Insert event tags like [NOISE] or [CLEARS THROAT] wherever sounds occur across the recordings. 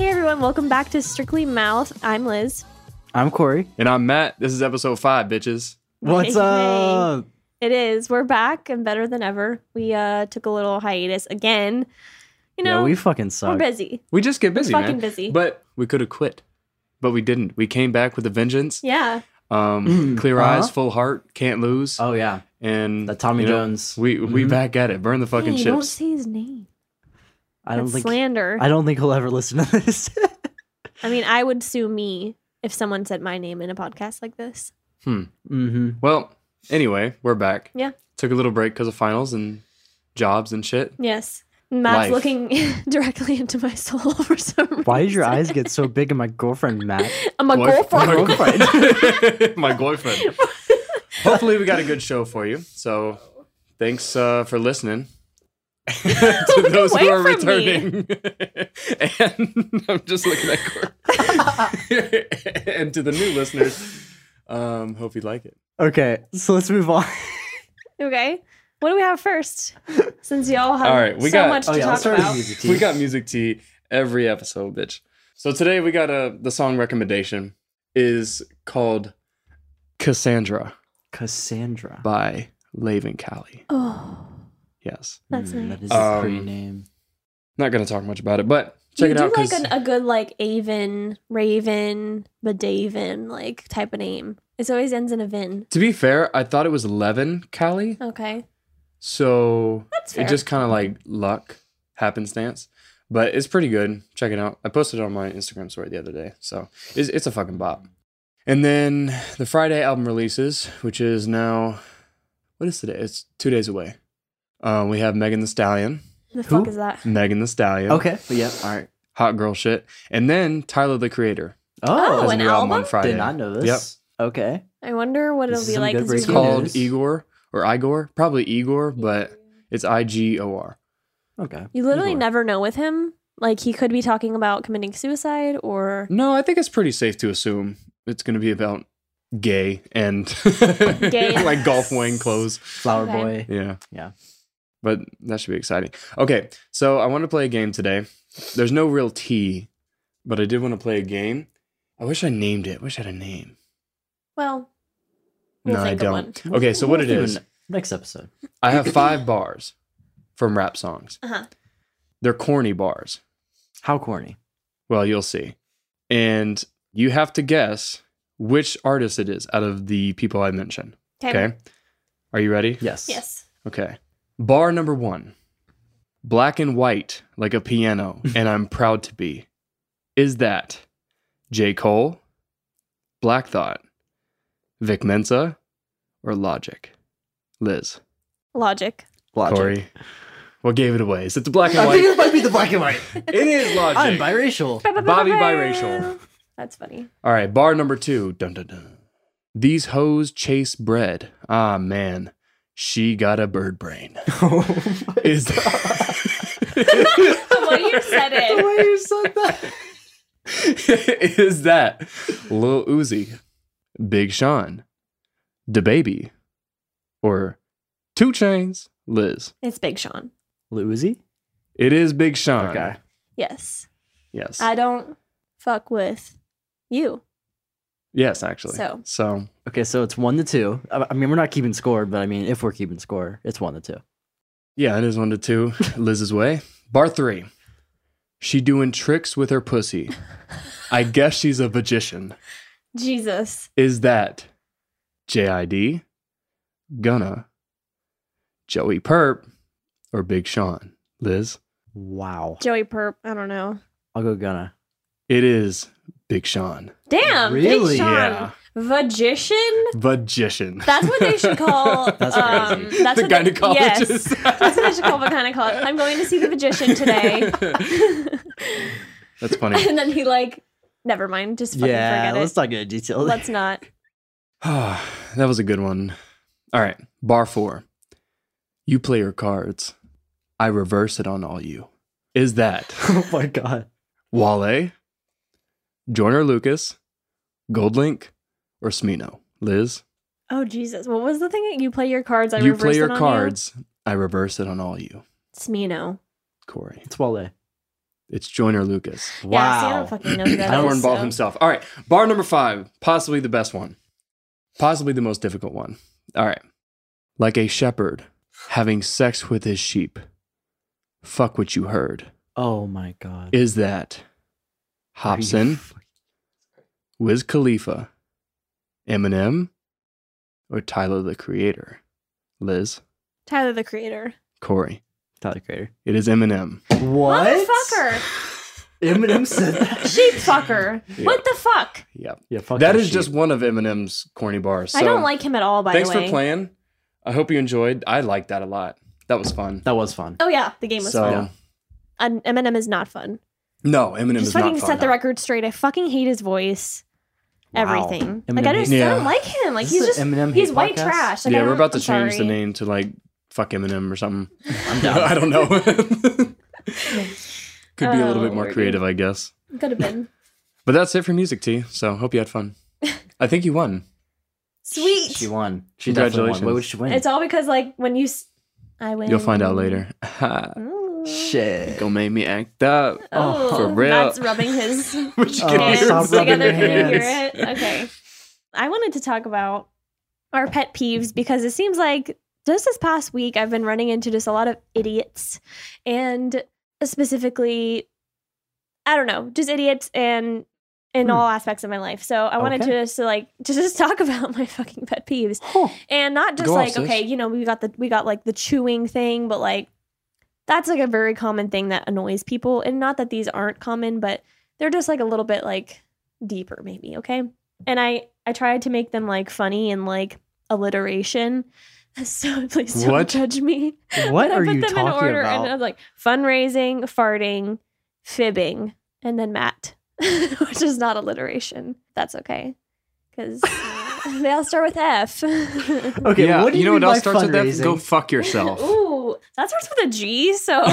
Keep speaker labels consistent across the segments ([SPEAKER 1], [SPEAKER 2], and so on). [SPEAKER 1] everyone. Welcome back to Strictly Mouth. I'm Liz.
[SPEAKER 2] I'm Corey.
[SPEAKER 3] And I'm Matt. This is episode five, bitches.
[SPEAKER 2] What's
[SPEAKER 1] Hey.
[SPEAKER 2] up?
[SPEAKER 1] It is. We're back and better than ever. We uh took a little hiatus again. You know,
[SPEAKER 2] yeah, we fucking
[SPEAKER 1] we're
[SPEAKER 2] suck.
[SPEAKER 1] busy.
[SPEAKER 3] We just get busy,
[SPEAKER 1] fucking
[SPEAKER 3] man.
[SPEAKER 1] busy.
[SPEAKER 3] But we could have quit, but we didn't. We came back with a vengeance.
[SPEAKER 1] Yeah.
[SPEAKER 3] Um,
[SPEAKER 2] Mm,
[SPEAKER 3] clear
[SPEAKER 2] uh-huh.
[SPEAKER 3] eyes, full heart, can't lose.
[SPEAKER 2] Oh yeah,
[SPEAKER 3] and
[SPEAKER 2] the Tommy
[SPEAKER 3] you know,
[SPEAKER 2] Jones.
[SPEAKER 3] We we
[SPEAKER 2] Mhm.
[SPEAKER 3] back at it. Burn the fucking
[SPEAKER 1] hey, Don't
[SPEAKER 3] chips.
[SPEAKER 1] say his name.
[SPEAKER 2] I don't
[SPEAKER 1] That's
[SPEAKER 2] think
[SPEAKER 1] slander.
[SPEAKER 2] I don't think he'll ever listen to this. [LAUGHS]
[SPEAKER 1] I mean, I would sue me if someone said my name in a podcast like this.
[SPEAKER 2] mm-hmm.
[SPEAKER 3] Well, anyway, we're back.
[SPEAKER 1] Yeah.
[SPEAKER 3] Took a little break because of finals and jobs and shit.
[SPEAKER 1] Yes. Matt's
[SPEAKER 3] Life.
[SPEAKER 1] looking [LAUGHS] directly into my soul [LAUGHS] for some reason.
[SPEAKER 2] Why did
[SPEAKER 1] [LAUGHS]
[SPEAKER 2] your eyes get so big in my girlfriend Matt?
[SPEAKER 1] I'm a
[SPEAKER 3] Boyf-
[SPEAKER 1] girlfriend.
[SPEAKER 3] [LAUGHS] My girlfriend. Hopefully, we got a good show for you. So, thanks uh, for listening. [LAUGHS] to those
[SPEAKER 1] away
[SPEAKER 3] who are
[SPEAKER 1] from me.
[SPEAKER 3] returning, [LAUGHS] and I'm just looking at Corey. [LAUGHS] and to the new listeners, um, hope you like it.
[SPEAKER 2] Okay, so let's move on.
[SPEAKER 1] [LAUGHS] Okay. What do we have first? Since y'all have
[SPEAKER 3] All right, we
[SPEAKER 1] so
[SPEAKER 3] got-
[SPEAKER 1] much
[SPEAKER 2] Oh
[SPEAKER 1] to
[SPEAKER 2] yeah, let's
[SPEAKER 1] talk
[SPEAKER 2] start with
[SPEAKER 1] about.
[SPEAKER 2] music.
[SPEAKER 3] We
[SPEAKER 2] team.
[SPEAKER 3] got music tea every episode, bitch. So today we got a the song recommendation is called Cassandra
[SPEAKER 2] Cassandra.
[SPEAKER 3] by Laven Cali.
[SPEAKER 1] Oh,
[SPEAKER 3] Yes.
[SPEAKER 1] that's
[SPEAKER 2] Mm,
[SPEAKER 1] nice.
[SPEAKER 2] That is a pretty
[SPEAKER 3] Um,
[SPEAKER 2] name.
[SPEAKER 3] Not gonna talk much about it, but check
[SPEAKER 1] you
[SPEAKER 3] it
[SPEAKER 1] do
[SPEAKER 3] out. 'cause-
[SPEAKER 1] like an, a good like Avon, Raven, Badaven like type of name. It always ends in a vin.
[SPEAKER 3] to be fair, I thought it was Levin Cali,
[SPEAKER 1] Okay,
[SPEAKER 3] so
[SPEAKER 1] that's fair.
[SPEAKER 3] it just kind of like luck happenstance. But it's pretty good. Check it out. I posted it on my Instagram story the other day, so it's, it's a fucking bop. And then the Friday album releases, which is now what is today? It's two days away. Um, we have Megan the Stallion,
[SPEAKER 1] the
[SPEAKER 2] Who?
[SPEAKER 1] fuck is that?
[SPEAKER 3] Megan the Stallion,
[SPEAKER 2] Okay. Yeah. All right.
[SPEAKER 3] hot girl shit, and then Tyler the Creator.
[SPEAKER 1] Oh,
[SPEAKER 2] Oh,
[SPEAKER 3] has a
[SPEAKER 1] an
[SPEAKER 3] new album on
[SPEAKER 1] album?
[SPEAKER 3] Friday.
[SPEAKER 2] did not know this. Okay.
[SPEAKER 1] I wonder what
[SPEAKER 2] This
[SPEAKER 1] it'll
[SPEAKER 2] is
[SPEAKER 1] be
[SPEAKER 2] some
[SPEAKER 1] like.
[SPEAKER 2] good
[SPEAKER 1] 'cause we-
[SPEAKER 3] It's
[SPEAKER 2] breaking
[SPEAKER 3] called
[SPEAKER 2] news.
[SPEAKER 3] Igor or Igor, probably Igor, but it's I G O R.
[SPEAKER 2] Okay.
[SPEAKER 1] You literally
[SPEAKER 3] Igor.
[SPEAKER 1] never know with him. Like he could be talking about committing suicide or
[SPEAKER 3] No, I think it's pretty safe to assume it's going to be about gay and
[SPEAKER 1] Gay.
[SPEAKER 3] [LAUGHS] like golf wing clothes.
[SPEAKER 2] Flower
[SPEAKER 1] Okay.
[SPEAKER 2] boy.
[SPEAKER 3] Yeah.
[SPEAKER 2] Yeah.
[SPEAKER 3] But that should be exciting. Okay. So I want to play a game today. There's no real tea, but I did want to play a game. I wish I named it. I wish I had a name.
[SPEAKER 1] well. We'll
[SPEAKER 3] no, I
[SPEAKER 1] think of one.
[SPEAKER 3] don't. Okay. So what it
[SPEAKER 2] We'll do
[SPEAKER 3] is,
[SPEAKER 2] n- Next episode.
[SPEAKER 3] I have five bars from rap songs.
[SPEAKER 1] Uh huh.
[SPEAKER 3] They're corny bars.
[SPEAKER 2] How corny.
[SPEAKER 3] Well, you'll see. And you have to guess which artist it is out of the people I mentioned. Okay. Are you ready?
[SPEAKER 2] Yes.
[SPEAKER 1] Yes.
[SPEAKER 3] Okay. Bar number one Black and white, like a piano, and I'm proud to be. Is that J. Cole, Black Thought, Vic Mensa, or Logic? Liz,
[SPEAKER 1] Logic.
[SPEAKER 2] Logic.
[SPEAKER 3] Corey. What gave it away? Is it the
[SPEAKER 2] [LAUGHS]
[SPEAKER 3] black and
[SPEAKER 2] I think
[SPEAKER 3] white?
[SPEAKER 2] it might be the black
[SPEAKER 1] [LAUGHS]
[SPEAKER 2] and white.
[SPEAKER 3] it is Logic.
[SPEAKER 2] I'm biracial.
[SPEAKER 3] Bobby biracial.
[SPEAKER 1] That's funny.
[SPEAKER 3] All right, bar number two. Dun, dun, dun. These hoes chase bread. Ah, man. She got a bird brain. [LAUGHS] Is that,
[SPEAKER 1] [LAUGHS] the way you said
[SPEAKER 2] the
[SPEAKER 1] it.
[SPEAKER 2] way you said [LAUGHS] that.
[SPEAKER 3] [LAUGHS] is that Lil Uzi, Big Sean, the baby, or Two Chains, Liz?
[SPEAKER 1] It's Big Sean.
[SPEAKER 2] Louisy?
[SPEAKER 3] It is Big Sean.
[SPEAKER 2] Okay.
[SPEAKER 1] Yes.
[SPEAKER 3] Yes.
[SPEAKER 1] I don't fuck with you.
[SPEAKER 3] yes, actually.
[SPEAKER 1] So.
[SPEAKER 3] so
[SPEAKER 2] Okay, so it's one to two. I I mean, we're not keeping score, but I mean, if we're keeping score, it's one to two.
[SPEAKER 3] Yeah, it is one to two. [LAUGHS] Liz's way. Bar three. She doing tricks with her pussy. I guess she's a magician.
[SPEAKER 1] Jesus.
[SPEAKER 3] Is that JID, Gunna, Joey Perp, or Big Sean? Liz?
[SPEAKER 2] Wow.
[SPEAKER 1] Joey Perp. I don't know.
[SPEAKER 2] I'll go Gunna.
[SPEAKER 3] It is Big Sean.
[SPEAKER 1] Damn.
[SPEAKER 2] Really?
[SPEAKER 1] Big Sean.
[SPEAKER 3] Yeah.
[SPEAKER 1] Magician?
[SPEAKER 3] Magician.
[SPEAKER 1] That's what they should
[SPEAKER 3] [LAUGHS]
[SPEAKER 1] call.
[SPEAKER 2] That's
[SPEAKER 1] um,
[SPEAKER 2] crazy.
[SPEAKER 1] That's
[SPEAKER 3] the
[SPEAKER 1] what they-
[SPEAKER 3] gynecologist.
[SPEAKER 1] yes. That's what they should call the gynecologist. I'm going to see the magician
[SPEAKER 3] [LAUGHS]
[SPEAKER 1] today.
[SPEAKER 3] That's funny.
[SPEAKER 1] and then he like, never mind. Just fucking
[SPEAKER 2] Yeah,
[SPEAKER 1] forget
[SPEAKER 2] let's
[SPEAKER 1] it.
[SPEAKER 2] not get into detail.
[SPEAKER 1] Let's not.
[SPEAKER 3] [SIGHS] that was a good one. All right. Bar four. You play your cards. I reverse it on all you. Is that
[SPEAKER 2] [LAUGHS]
[SPEAKER 3] [LAUGHS]
[SPEAKER 2] oh my god.
[SPEAKER 3] Wale, Joyner Lucas, Goldlink, or Smino? Liz,
[SPEAKER 1] Oh Jesus! What was the thing that you play your cards? I
[SPEAKER 3] you
[SPEAKER 1] reverse
[SPEAKER 3] play
[SPEAKER 1] it
[SPEAKER 3] your
[SPEAKER 1] on
[SPEAKER 3] cards. I reverse it on all you.
[SPEAKER 1] You? Smino.
[SPEAKER 3] Corey.
[SPEAKER 2] It's Wale.
[SPEAKER 3] It's Joyner Lucas.
[SPEAKER 2] Wow.
[SPEAKER 1] Yeah, see, I don't fucking know who that
[SPEAKER 3] I don't
[SPEAKER 1] is,
[SPEAKER 3] involve
[SPEAKER 1] so-
[SPEAKER 3] himself. All right. Bar number five, possibly the best one, possibly the most difficult one. All right. Like a shepherd having sex with his sheep. Fuck what you heard.
[SPEAKER 2] oh my god.
[SPEAKER 3] Is that
[SPEAKER 2] Are you
[SPEAKER 3] Hobson,
[SPEAKER 2] fucking-
[SPEAKER 3] [LAUGHS] Wiz Khalifa, Eminem, or Tyler the Creator? Liz,
[SPEAKER 1] Tyler the Creator.
[SPEAKER 3] Corey.
[SPEAKER 2] Tyler Creator.
[SPEAKER 3] It is Eminem.
[SPEAKER 2] What?
[SPEAKER 1] Motherfucker.
[SPEAKER 2] Eminem said that.
[SPEAKER 1] Sheep
[SPEAKER 3] [LAUGHS]
[SPEAKER 1] fucker. What the fuck?
[SPEAKER 3] Yep.
[SPEAKER 2] Yeah, fuck
[SPEAKER 3] that is just one of Eminem's corny bars.
[SPEAKER 1] I don't
[SPEAKER 3] So,
[SPEAKER 1] like him at all, by
[SPEAKER 3] Thanks
[SPEAKER 1] the way.
[SPEAKER 3] for playing. I hope you enjoyed. I liked that a lot. That was fun.
[SPEAKER 2] That was fun.
[SPEAKER 1] Oh, yeah. The game was
[SPEAKER 3] so,
[SPEAKER 1] fun. And Eminem is not fun.
[SPEAKER 3] No, Eminem
[SPEAKER 1] Just
[SPEAKER 3] is not
[SPEAKER 1] fucking
[SPEAKER 3] fun.
[SPEAKER 1] set the record straight. I fucking hate his voice.
[SPEAKER 2] Wow.
[SPEAKER 1] Everything.
[SPEAKER 2] Eminem
[SPEAKER 1] Like I just
[SPEAKER 3] hate-
[SPEAKER 1] I
[SPEAKER 3] Yeah.
[SPEAKER 1] don't like him. Like
[SPEAKER 2] Is
[SPEAKER 1] he's
[SPEAKER 2] this
[SPEAKER 1] just
[SPEAKER 2] an Eminem
[SPEAKER 1] he's
[SPEAKER 2] hate
[SPEAKER 1] white
[SPEAKER 2] podcast?
[SPEAKER 1] trash. Like, I
[SPEAKER 3] yeah, we're
[SPEAKER 1] don't-
[SPEAKER 3] about to
[SPEAKER 1] I'm
[SPEAKER 3] change the
[SPEAKER 1] sorry.
[SPEAKER 3] name to like fuck Eminem or something.
[SPEAKER 2] I'm [LAUGHS]
[SPEAKER 3] [LAUGHS] I
[SPEAKER 2] down.
[SPEAKER 3] don't
[SPEAKER 1] [LAUGHS]
[SPEAKER 3] know. Could be a little
[SPEAKER 1] Oh,
[SPEAKER 3] bit more
[SPEAKER 1] Lordy.
[SPEAKER 3] creative, I guess.
[SPEAKER 1] Could have been
[SPEAKER 3] But that's it for music T. So hope you had fun. I think you won.
[SPEAKER 1] [LAUGHS] sweet.
[SPEAKER 2] She won. She definitely won.
[SPEAKER 3] Congratulations.
[SPEAKER 2] Why would she win?
[SPEAKER 1] It's all because like when you, s- I win.
[SPEAKER 3] You'll find out later. [LAUGHS]
[SPEAKER 1] Ooh.
[SPEAKER 2] Shit.
[SPEAKER 3] Go make me
[SPEAKER 1] [LAUGHS]
[SPEAKER 3] act up. [LAUGHS]
[SPEAKER 1] Oh,
[SPEAKER 3] for real.
[SPEAKER 1] Matt's rubbing his
[SPEAKER 3] [LAUGHS]
[SPEAKER 1] hands
[SPEAKER 3] Which
[SPEAKER 2] Oh, stop rubbing
[SPEAKER 1] together.
[SPEAKER 2] your
[SPEAKER 1] Can you hear
[SPEAKER 2] hands.
[SPEAKER 1] it? Okay. I wanted to talk about our pet peeves because it seems like just this past week I've been running into just a lot of idiots, and specifically, I don't know, just idiots and in
[SPEAKER 2] Hmm.
[SPEAKER 1] all aspects of my life. So I wanted
[SPEAKER 2] Okay.
[SPEAKER 1] to just to like [LAUGHS] just talk about my fucking pet peeves and not just
[SPEAKER 3] Go off,
[SPEAKER 1] like
[SPEAKER 3] sis.
[SPEAKER 1] okay you know we got the we got like the chewing thing but like that's like a very common thing that annoys people and not that these aren't common but they're just like a little bit like deeper maybe okay and i i tried to make them like funny and like alliteration [LAUGHS] so please don't
[SPEAKER 3] What?
[SPEAKER 1] judge me
[SPEAKER 2] What
[SPEAKER 1] But I
[SPEAKER 2] are
[SPEAKER 1] put
[SPEAKER 2] you
[SPEAKER 1] them in
[SPEAKER 2] talking
[SPEAKER 1] order
[SPEAKER 2] about?
[SPEAKER 1] and i was like fundraising farting fibbing and then matt [LAUGHS] which is not alliteration that's okay because [LAUGHS] they all start with f [LAUGHS]
[SPEAKER 2] okay,
[SPEAKER 3] yeah,
[SPEAKER 2] what do you,
[SPEAKER 3] know what
[SPEAKER 2] mean
[SPEAKER 3] else
[SPEAKER 2] by
[SPEAKER 3] starts with that?
[SPEAKER 2] fundraising?
[SPEAKER 3] Go fuck yourself.
[SPEAKER 1] Ooh, that starts with a G. So, [LAUGHS]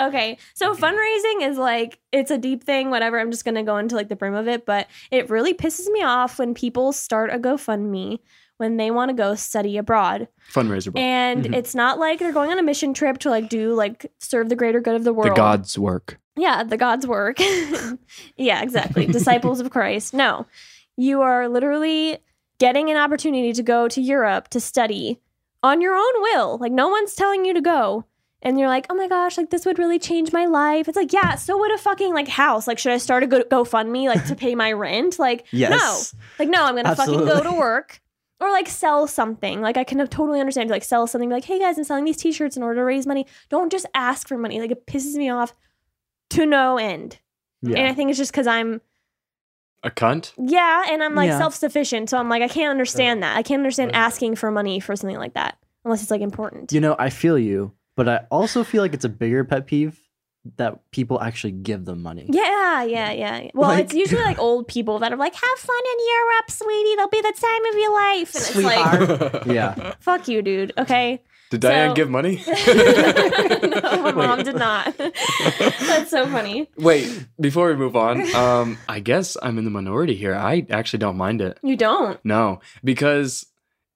[SPEAKER 1] okay. So, fundraising is like, it's a deep thing, whatever. I'm just going to go into like the brim of it. But it really pisses me off when people start a GoFundMe when they want to go study abroad.
[SPEAKER 3] Fundraiser ball.
[SPEAKER 1] And
[SPEAKER 2] Mhm.
[SPEAKER 1] it's not like they're going on a mission trip to like do, like, serve the greater good of the world.
[SPEAKER 3] The God's work.
[SPEAKER 1] Yeah, the God's work. [LAUGHS] yeah, exactly. Disciples of Christ. No, you are literally getting an opportunity to go to Europe to study on your own will. Like, no one's telling you to go. And you're like, oh my gosh, like this would really change my life. It's like, yeah, so would a fucking like house. Like, should I start a Go- GoFundMe like to pay my rent? Like, no.
[SPEAKER 2] yes.
[SPEAKER 1] Like, no, I'm gonna fucking go
[SPEAKER 2] Absolutely.
[SPEAKER 1] to work. Or like sell something. Like I can totally understand like sell something. Like, hey guys, I'm selling these T-shirts in order to raise money. Don't just ask for money. Like it pisses me off to no end. And I
[SPEAKER 2] Yeah.
[SPEAKER 1] think it's just because I'm
[SPEAKER 3] A cunt?
[SPEAKER 1] yeah, and I'm like
[SPEAKER 2] Yeah.
[SPEAKER 1] self sufficient. So I'm like I can't understand that. I can't understand asking for money for something like that unless it's like important.
[SPEAKER 2] You know, I feel you, but I also feel like it's a bigger pet peeve that people actually give them money.
[SPEAKER 1] Yeah, yeah, yeah. Well, it's
[SPEAKER 2] Like-
[SPEAKER 1] usually like old people that are like, "Have fun in Europe, sweetie. They'll be the time of your life." And it's
[SPEAKER 2] Sweetheart. [LAUGHS] Yeah.
[SPEAKER 1] like, "Fuck you, dude." Okay.
[SPEAKER 3] Did
[SPEAKER 1] So-
[SPEAKER 3] Diane give
[SPEAKER 1] [LAUGHS]
[SPEAKER 3] money? [LAUGHS]
[SPEAKER 1] no, my
[SPEAKER 3] Wait.
[SPEAKER 1] mom did
[SPEAKER 3] [LAUGHS]
[SPEAKER 1] not. That's so funny.
[SPEAKER 3] Wait, before we move on, um, I guess I'm in the minority here. I actually don't mind it.
[SPEAKER 1] You don't.
[SPEAKER 3] No, because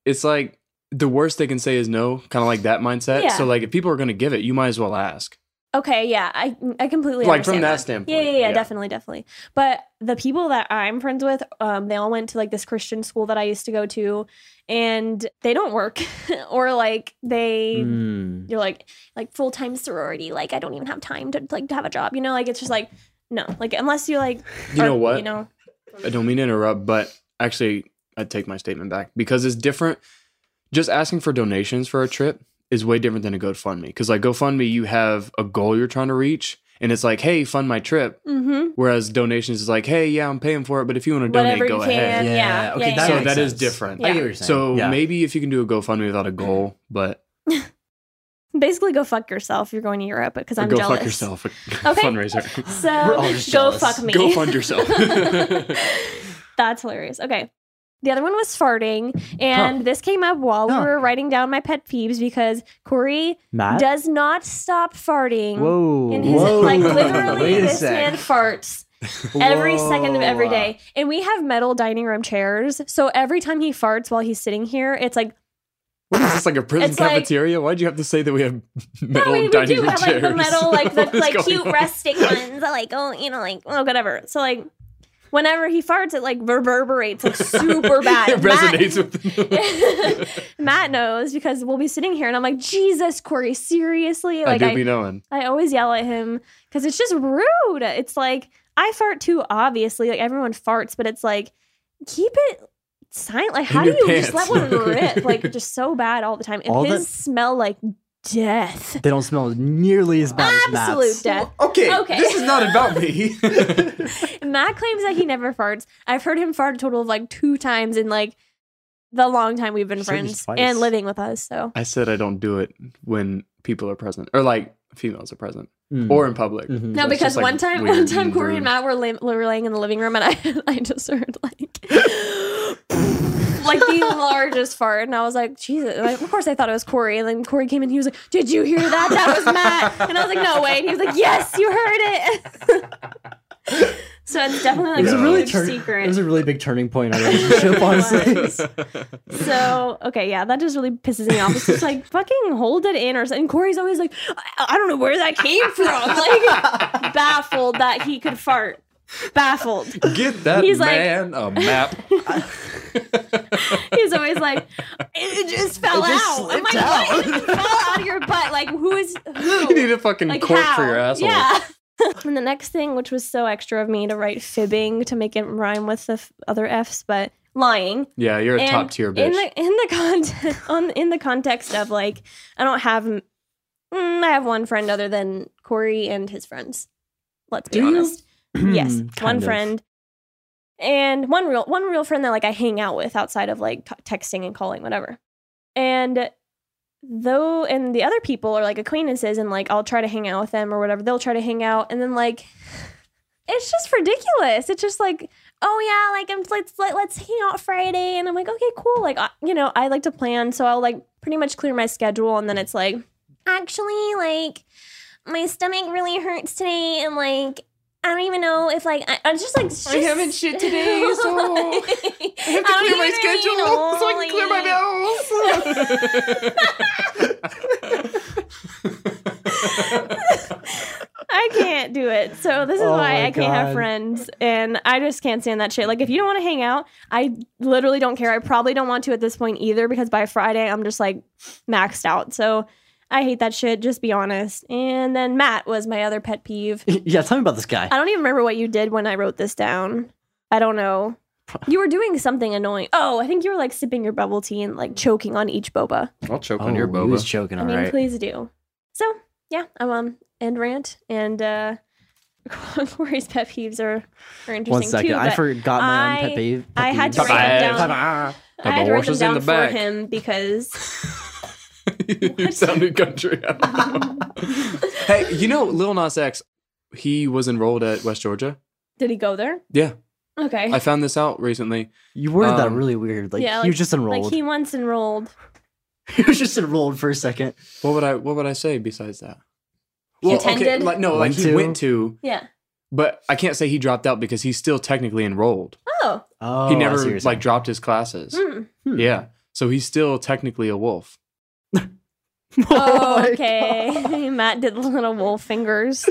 [SPEAKER 3] it's like the worst they can say is no, kind of like that mindset.
[SPEAKER 1] Yeah.
[SPEAKER 3] So like if people are going to give it, you might as well ask.
[SPEAKER 1] Okay, yeah, I I completely
[SPEAKER 3] Like, from
[SPEAKER 1] understand
[SPEAKER 3] that
[SPEAKER 1] that
[SPEAKER 3] standpoint,
[SPEAKER 1] Yeah, yeah, yeah,
[SPEAKER 3] yeah.
[SPEAKER 1] definitely, definitely. But the people that I'm friends with, um, they all went to like this Christian school that I used to go to, and they don't work, [LAUGHS] or like [LAUGHS] they.
[SPEAKER 2] Mm.
[SPEAKER 1] You're like like full time sorority. Like I don't even have time to like to have a job. You know, like it's just like no. Like unless you like
[SPEAKER 3] You
[SPEAKER 1] are-
[SPEAKER 3] know what?
[SPEAKER 1] You know.
[SPEAKER 3] I don't mean to interrupt, but actually I take my statement back because it's different. Just asking for donations for a trip is way different than a GoFundMe. Because like GoFundMe, you have a goal you're trying to reach, and it's like, hey, fund my trip.
[SPEAKER 1] Mm-hmm.
[SPEAKER 3] Whereas donations is like, hey, yeah, I'm paying for it, but if you want to donate,
[SPEAKER 1] Whatever you
[SPEAKER 3] go
[SPEAKER 1] can.
[SPEAKER 3] ahead.
[SPEAKER 1] Yeah, yeah, yeah. So
[SPEAKER 2] makes
[SPEAKER 3] that is
[SPEAKER 2] sense.
[SPEAKER 3] different.
[SPEAKER 2] I
[SPEAKER 1] Yeah.
[SPEAKER 2] get what you're saying.
[SPEAKER 3] So
[SPEAKER 2] Yeah.
[SPEAKER 3] maybe if you can do a GoFundMe without a goal, but
[SPEAKER 1] Basically, go fuck yourself. if You're going to Europe because
[SPEAKER 3] or
[SPEAKER 1] I'm
[SPEAKER 3] go
[SPEAKER 1] jealous.
[SPEAKER 3] fuck yourself a
[SPEAKER 1] [LAUGHS] Okay. [LAUGHS]
[SPEAKER 3] fundraiser. [LAUGHS]
[SPEAKER 1] So
[SPEAKER 2] We're all just
[SPEAKER 1] go
[SPEAKER 2] jealous.
[SPEAKER 1] fuck me.
[SPEAKER 3] Go
[SPEAKER 1] [LAUGHS]
[SPEAKER 3] fund yourself.
[SPEAKER 2] [LAUGHS]
[SPEAKER 1] That's hilarious. Okay. The other one was farting, and this came up while
[SPEAKER 2] Huh.
[SPEAKER 1] we were writing down my pet peeves because Corey
[SPEAKER 2] Matt.
[SPEAKER 1] does not stop farting.
[SPEAKER 2] Whoa.
[SPEAKER 1] In his,
[SPEAKER 2] Whoa.
[SPEAKER 1] like
[SPEAKER 2] [LAUGHS] Wait
[SPEAKER 1] literally,
[SPEAKER 2] a
[SPEAKER 1] this
[SPEAKER 2] sec.
[SPEAKER 1] man farts every
[SPEAKER 2] Whoa.
[SPEAKER 1] second of every day, and we have metal dining room chairs. So every time he farts while he's sitting here, it's like
[SPEAKER 3] What is this like a prison
[SPEAKER 1] It's like-
[SPEAKER 3] cafeteria? Why'd you have to say that we have metal
[SPEAKER 1] no, we, we do
[SPEAKER 3] dining room
[SPEAKER 1] have like
[SPEAKER 3] chairs?
[SPEAKER 1] the metal, like
[SPEAKER 3] [LAUGHS] What
[SPEAKER 1] the
[SPEAKER 3] is
[SPEAKER 1] like
[SPEAKER 3] going
[SPEAKER 1] cute
[SPEAKER 3] on?
[SPEAKER 1] rustic ones. I like oh, you know, like oh, whatever. So like, whenever he farts, it like reverberates like super bad.
[SPEAKER 3] [LAUGHS] it
[SPEAKER 1] Matt-
[SPEAKER 3] resonates
[SPEAKER 1] [LAUGHS]
[SPEAKER 3] with them.
[SPEAKER 1] Matt knows because we'll be sitting here and I'm like, Jesus, Corey, seriously?
[SPEAKER 3] I
[SPEAKER 1] Like,
[SPEAKER 3] do
[SPEAKER 1] I,
[SPEAKER 3] be knowing.
[SPEAKER 1] I always yell at him because it's just rude. It's like, I fart too, obviously. Like, everyone farts, but it's like, keep it silent. Like,
[SPEAKER 3] In
[SPEAKER 1] how do
[SPEAKER 3] your
[SPEAKER 1] you just let
[SPEAKER 3] pants.
[SPEAKER 1] one rip?
[SPEAKER 3] [LAUGHS]
[SPEAKER 1] Like, just so bad all the time. And
[SPEAKER 2] All
[SPEAKER 1] his
[SPEAKER 2] that-
[SPEAKER 1] smell like death.
[SPEAKER 2] They don't smell nearly as bad as Matt's.
[SPEAKER 1] Absolute death.
[SPEAKER 3] Okay,
[SPEAKER 1] Okay.
[SPEAKER 3] this is not about
[SPEAKER 1] [LAUGHS]
[SPEAKER 3] me.
[SPEAKER 1] Matt claims that he never farts. I've heard him fart a total of like two times in like the long time we've been
[SPEAKER 2] Said
[SPEAKER 1] friends
[SPEAKER 2] this twice.
[SPEAKER 1] and living with us. So
[SPEAKER 3] I said I don't do it when people are present, or like females are present,
[SPEAKER 2] Mm.
[SPEAKER 3] or in public.
[SPEAKER 2] Mhm.
[SPEAKER 1] No,
[SPEAKER 3] That's
[SPEAKER 1] because
[SPEAKER 3] just, like,
[SPEAKER 1] one time,
[SPEAKER 3] weird
[SPEAKER 1] one time,
[SPEAKER 3] and
[SPEAKER 1] Corey
[SPEAKER 3] rude.
[SPEAKER 1] and Matt were, lay, were laying in the living room, and I, [LAUGHS] I just heard like, [LAUGHS] like the largest fart, and I was like, Jesus! Like, of course, I thought it was Corey, and then Corey came in, he was like, Did you hear that? That was Matt, and I was like, No way, and he was like, Yes, you heard it. [LAUGHS] so it's definitely like
[SPEAKER 2] It was
[SPEAKER 1] a
[SPEAKER 2] a really
[SPEAKER 1] huge
[SPEAKER 2] turn-
[SPEAKER 1] secret.
[SPEAKER 2] It was a really big turning point in
[SPEAKER 1] [LAUGHS]
[SPEAKER 2] our relationship, honestly. [LAUGHS]
[SPEAKER 1] was. So okay, yeah, that just really pisses me off. It's just like fucking hold it in, or something. Corey's always like, I, I don't know where that came from. [LAUGHS] Like baffled that he could fart. Baffled.
[SPEAKER 3] Get that
[SPEAKER 1] He's like-
[SPEAKER 3] man
[SPEAKER 1] [LAUGHS]
[SPEAKER 3] a map.
[SPEAKER 1] He's always like, it, it just fell
[SPEAKER 2] It just
[SPEAKER 1] out. I'm
[SPEAKER 2] slipped
[SPEAKER 1] like, what? It fell out of your butt. Like who is who?
[SPEAKER 3] [LAUGHS] you need a fucking
[SPEAKER 1] like
[SPEAKER 3] cork
[SPEAKER 1] how?
[SPEAKER 3] for your asshole.
[SPEAKER 1] Yeah. [LAUGHS] and the next thing, which was so extra of me to write fibbing to make it rhyme with the f- other F's, but lying.
[SPEAKER 3] Yeah, you're a
[SPEAKER 1] And
[SPEAKER 3] top tier
[SPEAKER 1] in
[SPEAKER 3] bitch.
[SPEAKER 1] the in the context [LAUGHS] on in the context of like I don't have mm, I have one friend other than Corey and his friends. Let's be
[SPEAKER 2] Do you? Hmm,
[SPEAKER 1] honest. yes, one
[SPEAKER 2] Kind of.
[SPEAKER 1] friend and one real one real friend that like I hang out with outside of like t- texting and calling whatever. And though and the other people are like acquaintances and like I'll try to hang out with them or whatever. They'll try to hang out and then like [SIGHS] it's just ridiculous. It's just like, oh yeah, like I'm let's let, let's hang out Friday, and I'm like, okay, cool. Like I, you know, I like to plan, so I'll like pretty much clear my schedule, and then it's like, actually, like my stomach really hurts today, and like I don't even know if like I, I'm just like
[SPEAKER 3] I haven't shit today,
[SPEAKER 1] [LAUGHS]
[SPEAKER 3] so I have to
[SPEAKER 1] don't
[SPEAKER 3] clear my
[SPEAKER 1] even
[SPEAKER 3] schedule [LAUGHS]
[SPEAKER 1] know,
[SPEAKER 3] so I can clear
[SPEAKER 1] like-
[SPEAKER 3] my nose.
[SPEAKER 1] I can't do it. So this is
[SPEAKER 2] Oh
[SPEAKER 1] why
[SPEAKER 2] my
[SPEAKER 1] I can't have
[SPEAKER 2] God.
[SPEAKER 1] friends, and I just can't stand that shit. Like if you don't want to hang out, I literally don't care. I probably don't want to at this point either because by Friday I'm just like maxed out. So I hate that shit. Just be honest. And then Matt was my other pet peeve.
[SPEAKER 2] [LAUGHS] yeah, tell me about this guy.
[SPEAKER 1] I don't even remember what you did when I wrote this down. I don't
[SPEAKER 2] [LAUGHS]
[SPEAKER 1] know. You were doing something annoying. Oh, I think you were like sipping your bubble tea and like choking on each boba.
[SPEAKER 3] [LAUGHS] I'll choke
[SPEAKER 2] Oh,
[SPEAKER 3] on your
[SPEAKER 2] he was
[SPEAKER 3] boba.
[SPEAKER 2] choking,
[SPEAKER 1] I
[SPEAKER 2] all
[SPEAKER 1] mean,
[SPEAKER 2] right.
[SPEAKER 1] please do. So yeah, I'm um end rant and uh [LAUGHS] Corey's pet peeves are, are interesting
[SPEAKER 2] One second,
[SPEAKER 1] too.
[SPEAKER 2] I
[SPEAKER 1] but
[SPEAKER 2] forgot my
[SPEAKER 1] I-
[SPEAKER 2] own pet peeve.
[SPEAKER 1] I
[SPEAKER 2] pet
[SPEAKER 1] had to
[SPEAKER 2] peeves.
[SPEAKER 1] write them
[SPEAKER 3] Bye-bye.
[SPEAKER 1] down. I
[SPEAKER 3] Have
[SPEAKER 1] had to
[SPEAKER 3] the
[SPEAKER 1] write them
[SPEAKER 3] horses in
[SPEAKER 1] down
[SPEAKER 3] the
[SPEAKER 1] for
[SPEAKER 3] back.
[SPEAKER 1] him because [LAUGHS]
[SPEAKER 3] you sounded country. I don't know. hey, you know Lil Nas X? He was enrolled at West Georgia.
[SPEAKER 1] did he go there?
[SPEAKER 3] Yeah,
[SPEAKER 1] Okay,
[SPEAKER 3] I found this out recently.
[SPEAKER 2] You worded that
[SPEAKER 3] Um,
[SPEAKER 2] really weird. Like,
[SPEAKER 1] yeah,
[SPEAKER 2] he
[SPEAKER 1] like-
[SPEAKER 2] was just enrolled.
[SPEAKER 1] like he once enrolled.
[SPEAKER 2] [LAUGHS] he was just enrolled for a second.
[SPEAKER 3] What would I What would I say besides that?
[SPEAKER 1] He attended?
[SPEAKER 3] like, no, like
[SPEAKER 2] Went
[SPEAKER 3] he
[SPEAKER 2] to?
[SPEAKER 3] went to,
[SPEAKER 1] Yeah.
[SPEAKER 3] but I can't say he dropped out because he's still technically enrolled. [LAUGHS]
[SPEAKER 1] Oh.
[SPEAKER 2] Oh, I see
[SPEAKER 3] he
[SPEAKER 2] what
[SPEAKER 3] never
[SPEAKER 2] you're
[SPEAKER 3] like
[SPEAKER 2] saying.
[SPEAKER 3] dropped his classes.
[SPEAKER 1] mm.
[SPEAKER 2] Hmm.
[SPEAKER 3] Yeah, so he's still technically a wolf.
[SPEAKER 2] [LAUGHS] Oh my God.
[SPEAKER 1] okay. [LAUGHS] Matt did little wolf fingers.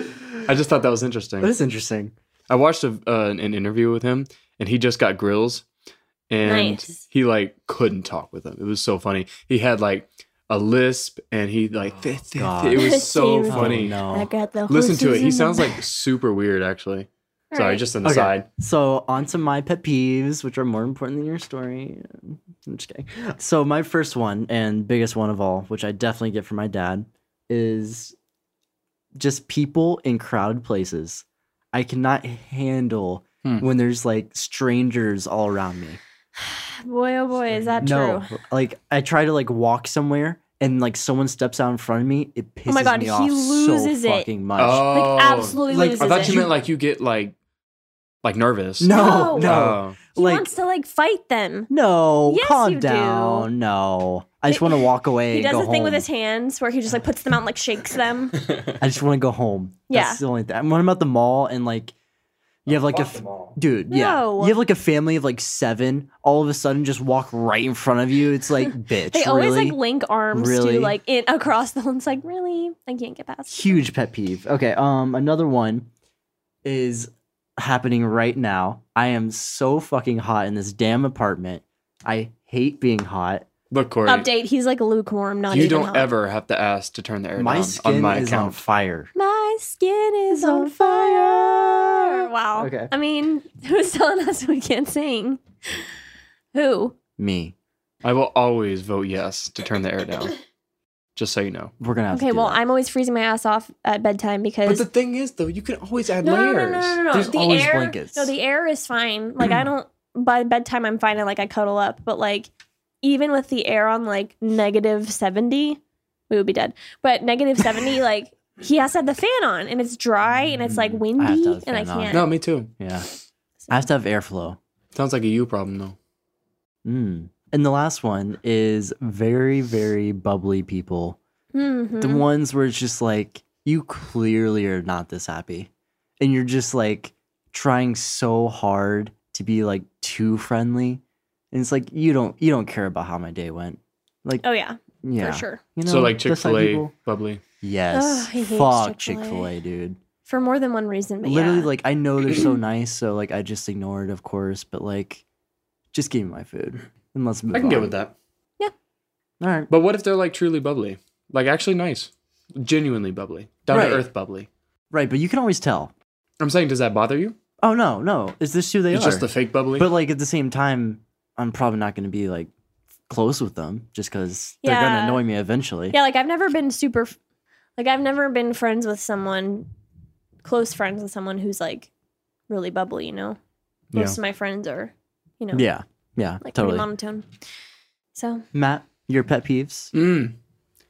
[SPEAKER 3] I just thought that was interesting.
[SPEAKER 2] That is interesting.
[SPEAKER 3] I watched a, uh, an an interview with him, and he just got grills, and
[SPEAKER 1] Nice.
[SPEAKER 3] he like couldn't talk with him. It was so funny. He had like a lisp, and he like th- th-
[SPEAKER 2] Oh, God.
[SPEAKER 3] th- it was so
[SPEAKER 1] Seems-
[SPEAKER 3] funny.
[SPEAKER 2] Oh,
[SPEAKER 1] I
[SPEAKER 2] no.
[SPEAKER 1] got the.
[SPEAKER 3] Listen to
[SPEAKER 1] horses
[SPEAKER 3] it. He
[SPEAKER 1] in
[SPEAKER 3] sounds
[SPEAKER 1] the-
[SPEAKER 3] like super weird, actually.
[SPEAKER 1] All
[SPEAKER 3] Sorry,
[SPEAKER 1] right.
[SPEAKER 3] just an
[SPEAKER 2] Okay.
[SPEAKER 3] aside.
[SPEAKER 2] So on to my pet peeves, which are more important than your story. I'm just kidding. So my first one and biggest one of all, which I definitely get from my dad, is just people in crowded places. I cannot handle
[SPEAKER 3] Hmm.
[SPEAKER 2] when there's like strangers all around me.
[SPEAKER 1] boy, oh boy, is that
[SPEAKER 2] no,
[SPEAKER 1] true?
[SPEAKER 2] like I try to like walk somewhere and like someone steps out in front of me, it pisses
[SPEAKER 1] Oh my God,
[SPEAKER 2] me
[SPEAKER 1] he
[SPEAKER 2] off
[SPEAKER 1] loses
[SPEAKER 2] so
[SPEAKER 1] it.
[SPEAKER 2] fucking much.
[SPEAKER 3] Oh,
[SPEAKER 1] like absolutely
[SPEAKER 2] Like, I
[SPEAKER 1] loses
[SPEAKER 3] I thought
[SPEAKER 1] it.
[SPEAKER 3] you meant like you get like like nervous.
[SPEAKER 1] No.
[SPEAKER 2] No, no,
[SPEAKER 3] [LAUGHS] Oh.
[SPEAKER 1] he
[SPEAKER 2] like
[SPEAKER 1] wants to like fight them.
[SPEAKER 2] No,
[SPEAKER 1] Yes,
[SPEAKER 2] calm
[SPEAKER 1] you do.
[SPEAKER 2] down. No, I just
[SPEAKER 1] He-
[SPEAKER 2] want to walk
[SPEAKER 1] [LAUGHS]
[SPEAKER 2] away.
[SPEAKER 1] he
[SPEAKER 2] and
[SPEAKER 1] does
[SPEAKER 2] go
[SPEAKER 1] the thing with
[SPEAKER 2] home.
[SPEAKER 1] his hands where he just like puts them out and like shakes them.
[SPEAKER 2] I just want to go home.
[SPEAKER 1] Yeah.
[SPEAKER 2] That's the only thing. I'm- When I'm at the mall and like You have like a
[SPEAKER 3] Fuck
[SPEAKER 2] f-
[SPEAKER 3] them all.
[SPEAKER 2] dude, yeah.
[SPEAKER 1] No.
[SPEAKER 2] You have like a family of like seven, all of a sudden just walk right in front of you.
[SPEAKER 1] [LAUGHS]
[SPEAKER 2] It's like, bitch,
[SPEAKER 1] They always
[SPEAKER 2] really?
[SPEAKER 1] like link arms
[SPEAKER 2] Really?
[SPEAKER 1] to like in across the It's like, really? I can't get past.
[SPEAKER 2] huge pet peeve. Okay, um, another one is happening right now. I am so fucking hot in this damn apartment. I hate being hot.
[SPEAKER 3] Look, Corey,
[SPEAKER 1] Update, he's like lukewarm, not
[SPEAKER 3] you
[SPEAKER 1] even
[SPEAKER 3] don't
[SPEAKER 1] hot.
[SPEAKER 3] ever have to ask to turn the air
[SPEAKER 2] My
[SPEAKER 3] down
[SPEAKER 2] skin
[SPEAKER 3] on my
[SPEAKER 2] is on
[SPEAKER 3] account.
[SPEAKER 2] fire.
[SPEAKER 1] My skin is on fire.
[SPEAKER 2] fire.
[SPEAKER 1] Wow.
[SPEAKER 2] Okay.
[SPEAKER 1] I mean, who's telling us we can't sing? Who?
[SPEAKER 2] Me.
[SPEAKER 3] I will always vote yes to turn the air down. Just so you know.
[SPEAKER 2] We're gonna have to.
[SPEAKER 1] Okay,
[SPEAKER 2] do
[SPEAKER 1] well,
[SPEAKER 2] that.
[SPEAKER 1] I'm always freezing my ass off at bedtime
[SPEAKER 3] But
[SPEAKER 1] because
[SPEAKER 3] the thing is, though, you can always add
[SPEAKER 1] no, no, no,
[SPEAKER 3] layers.
[SPEAKER 1] no, no, no.
[SPEAKER 2] There's
[SPEAKER 1] the
[SPEAKER 2] always
[SPEAKER 1] air,
[SPEAKER 2] blankets.
[SPEAKER 1] No, the air is
[SPEAKER 2] [CLEARS THROAT]
[SPEAKER 1] fine. Like I don't by bedtime I'm fine and like I cuddle up, but like even with the air on like negative 70, we would be dead. But negative 70
[SPEAKER 2] [LAUGHS]
[SPEAKER 1] like he has to have the fan on and it's dry and it's like
[SPEAKER 2] Mm, I have to have
[SPEAKER 1] windy
[SPEAKER 2] the
[SPEAKER 1] and I
[SPEAKER 2] fan on.
[SPEAKER 1] can't.
[SPEAKER 3] No, me too.
[SPEAKER 2] Yeah. I have to have airflow.
[SPEAKER 3] Sounds like a you problem, though.
[SPEAKER 2] Mm. And the last one is very, very bubbly people.
[SPEAKER 1] Mhm.
[SPEAKER 2] The ones where it's just like, you clearly are not this happy. And you're just like trying so hard to be like too friendly. And it's like you don't you don't care about how my day went. Like
[SPEAKER 1] Oh yeah,
[SPEAKER 2] yeah.
[SPEAKER 1] for sure.
[SPEAKER 2] You
[SPEAKER 3] so, like Chick
[SPEAKER 2] just
[SPEAKER 3] fil A
[SPEAKER 2] people-
[SPEAKER 3] bubbly.
[SPEAKER 1] Ugh,
[SPEAKER 2] Yes.
[SPEAKER 1] I hate
[SPEAKER 2] Fuck
[SPEAKER 1] Chick-fil-A.
[SPEAKER 2] Chick fil A, dude.
[SPEAKER 1] For more than one reason, but
[SPEAKER 2] Literally,
[SPEAKER 1] yeah.
[SPEAKER 2] like I know they're
[SPEAKER 3] [CLEARS THROAT]
[SPEAKER 2] so nice, so like I just ignore it, of course, but like just give me my food. And let's move
[SPEAKER 3] I can get
[SPEAKER 2] on.
[SPEAKER 3] with that.
[SPEAKER 2] All right.
[SPEAKER 3] But what if they're like truly bubbly? Like actually nice. Genuinely bubbly. Down
[SPEAKER 2] Right.
[SPEAKER 3] to earth bubbly.
[SPEAKER 2] Right, but you can always tell.
[SPEAKER 3] I'm saying, does that bother you?
[SPEAKER 2] Oh no, no, is this who they
[SPEAKER 3] it's
[SPEAKER 2] are?
[SPEAKER 3] just the fake bubbly.
[SPEAKER 2] but like at the same time, I'm probably not going to be like close with them just because they're going
[SPEAKER 1] Yeah.
[SPEAKER 2] to annoy me eventually.
[SPEAKER 1] Yeah, like I've never been super, like I've never been friends with someone, close friends with someone who's like really bubbly. You know, most
[SPEAKER 3] Yeah.
[SPEAKER 1] of my friends are, you know,
[SPEAKER 2] yeah, yeah,
[SPEAKER 1] like pretty
[SPEAKER 2] totally.
[SPEAKER 1] monotone. So
[SPEAKER 2] Matt, your pet peeves?
[SPEAKER 3] Mm.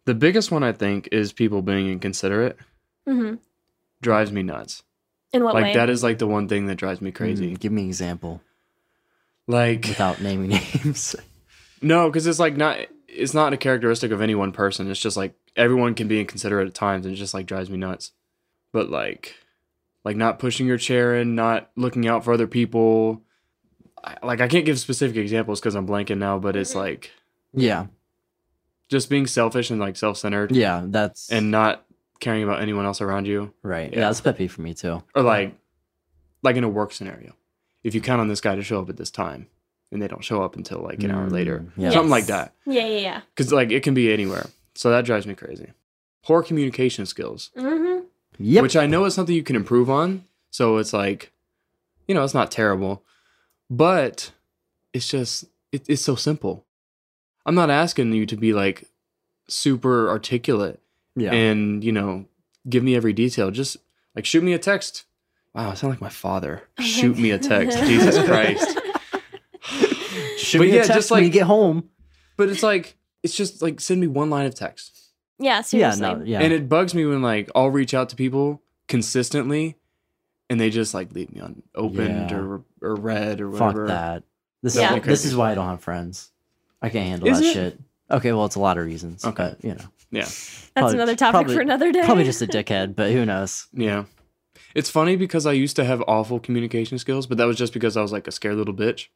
[SPEAKER 3] The biggest one I think is people being inconsiderate.
[SPEAKER 1] mhm.
[SPEAKER 3] Drives me nuts.
[SPEAKER 1] in what
[SPEAKER 3] like
[SPEAKER 1] way?
[SPEAKER 3] that is like the one thing that drives me crazy.
[SPEAKER 2] Mm, give me an example
[SPEAKER 3] Like
[SPEAKER 2] without naming [LAUGHS] names.
[SPEAKER 3] no, because it's like not it's not a characteristic of any one person. It's just like everyone can be inconsiderate at times and it just like drives me nuts. But like like not pushing your chair in, not looking out for other people. I, like I can't give specific examples because I'm blanking now, but it's like
[SPEAKER 2] yeah,
[SPEAKER 3] just being selfish and like self-centered
[SPEAKER 2] yeah, that's
[SPEAKER 3] and not caring about anyone else around you
[SPEAKER 2] right.
[SPEAKER 3] yeah.
[SPEAKER 2] Yeah, that's a pet peeve for me too.
[SPEAKER 3] or like like in a work scenario if you count on this guy to show up at this time and they don't show up until like an hour
[SPEAKER 2] Mm,
[SPEAKER 3] later
[SPEAKER 2] yeah.
[SPEAKER 1] Yes.
[SPEAKER 3] something like that
[SPEAKER 1] yeah, yeah, yeah.
[SPEAKER 3] because like it can be anywhere so that drives me crazy poor communication skills
[SPEAKER 1] Mm-hmm.
[SPEAKER 2] Yep.
[SPEAKER 3] which i know is something you can improve on so it's like you know it's not terrible but it's just it, it's so simple i'm not asking you to be like super articulate
[SPEAKER 2] yeah.
[SPEAKER 3] and you know give me every detail just like shoot me a text wow i sound like my father
[SPEAKER 1] [LAUGHS]
[SPEAKER 3] shoot me a text jesus christ
[SPEAKER 2] Should
[SPEAKER 3] but
[SPEAKER 2] we
[SPEAKER 3] yeah,
[SPEAKER 2] text
[SPEAKER 3] just
[SPEAKER 2] when you
[SPEAKER 3] like-
[SPEAKER 2] get home?
[SPEAKER 3] but it's like it's just like send me one line of text
[SPEAKER 1] Yeah, seriously.
[SPEAKER 2] Yeah, no, yeah.
[SPEAKER 3] and it bugs me when like i'll reach out to people consistently and they just like leave me on opened
[SPEAKER 2] Yeah.
[SPEAKER 3] or or read or
[SPEAKER 2] Fuck
[SPEAKER 3] whatever
[SPEAKER 2] that. This
[SPEAKER 1] Yeah.
[SPEAKER 2] is this is why I don't have friends. I can't handle
[SPEAKER 3] Is
[SPEAKER 2] that
[SPEAKER 3] it?
[SPEAKER 2] shit. Okay, well, it's a lot of reasons.
[SPEAKER 3] Okay.
[SPEAKER 2] but, you know,
[SPEAKER 3] yeah
[SPEAKER 1] That's
[SPEAKER 2] probably-
[SPEAKER 1] another topic
[SPEAKER 2] probably-
[SPEAKER 1] for another day.
[SPEAKER 2] probably just a dickhead, but who knows?
[SPEAKER 3] yeah it's funny because i used to have awful communication skills but that was just because i was like a scared little bitch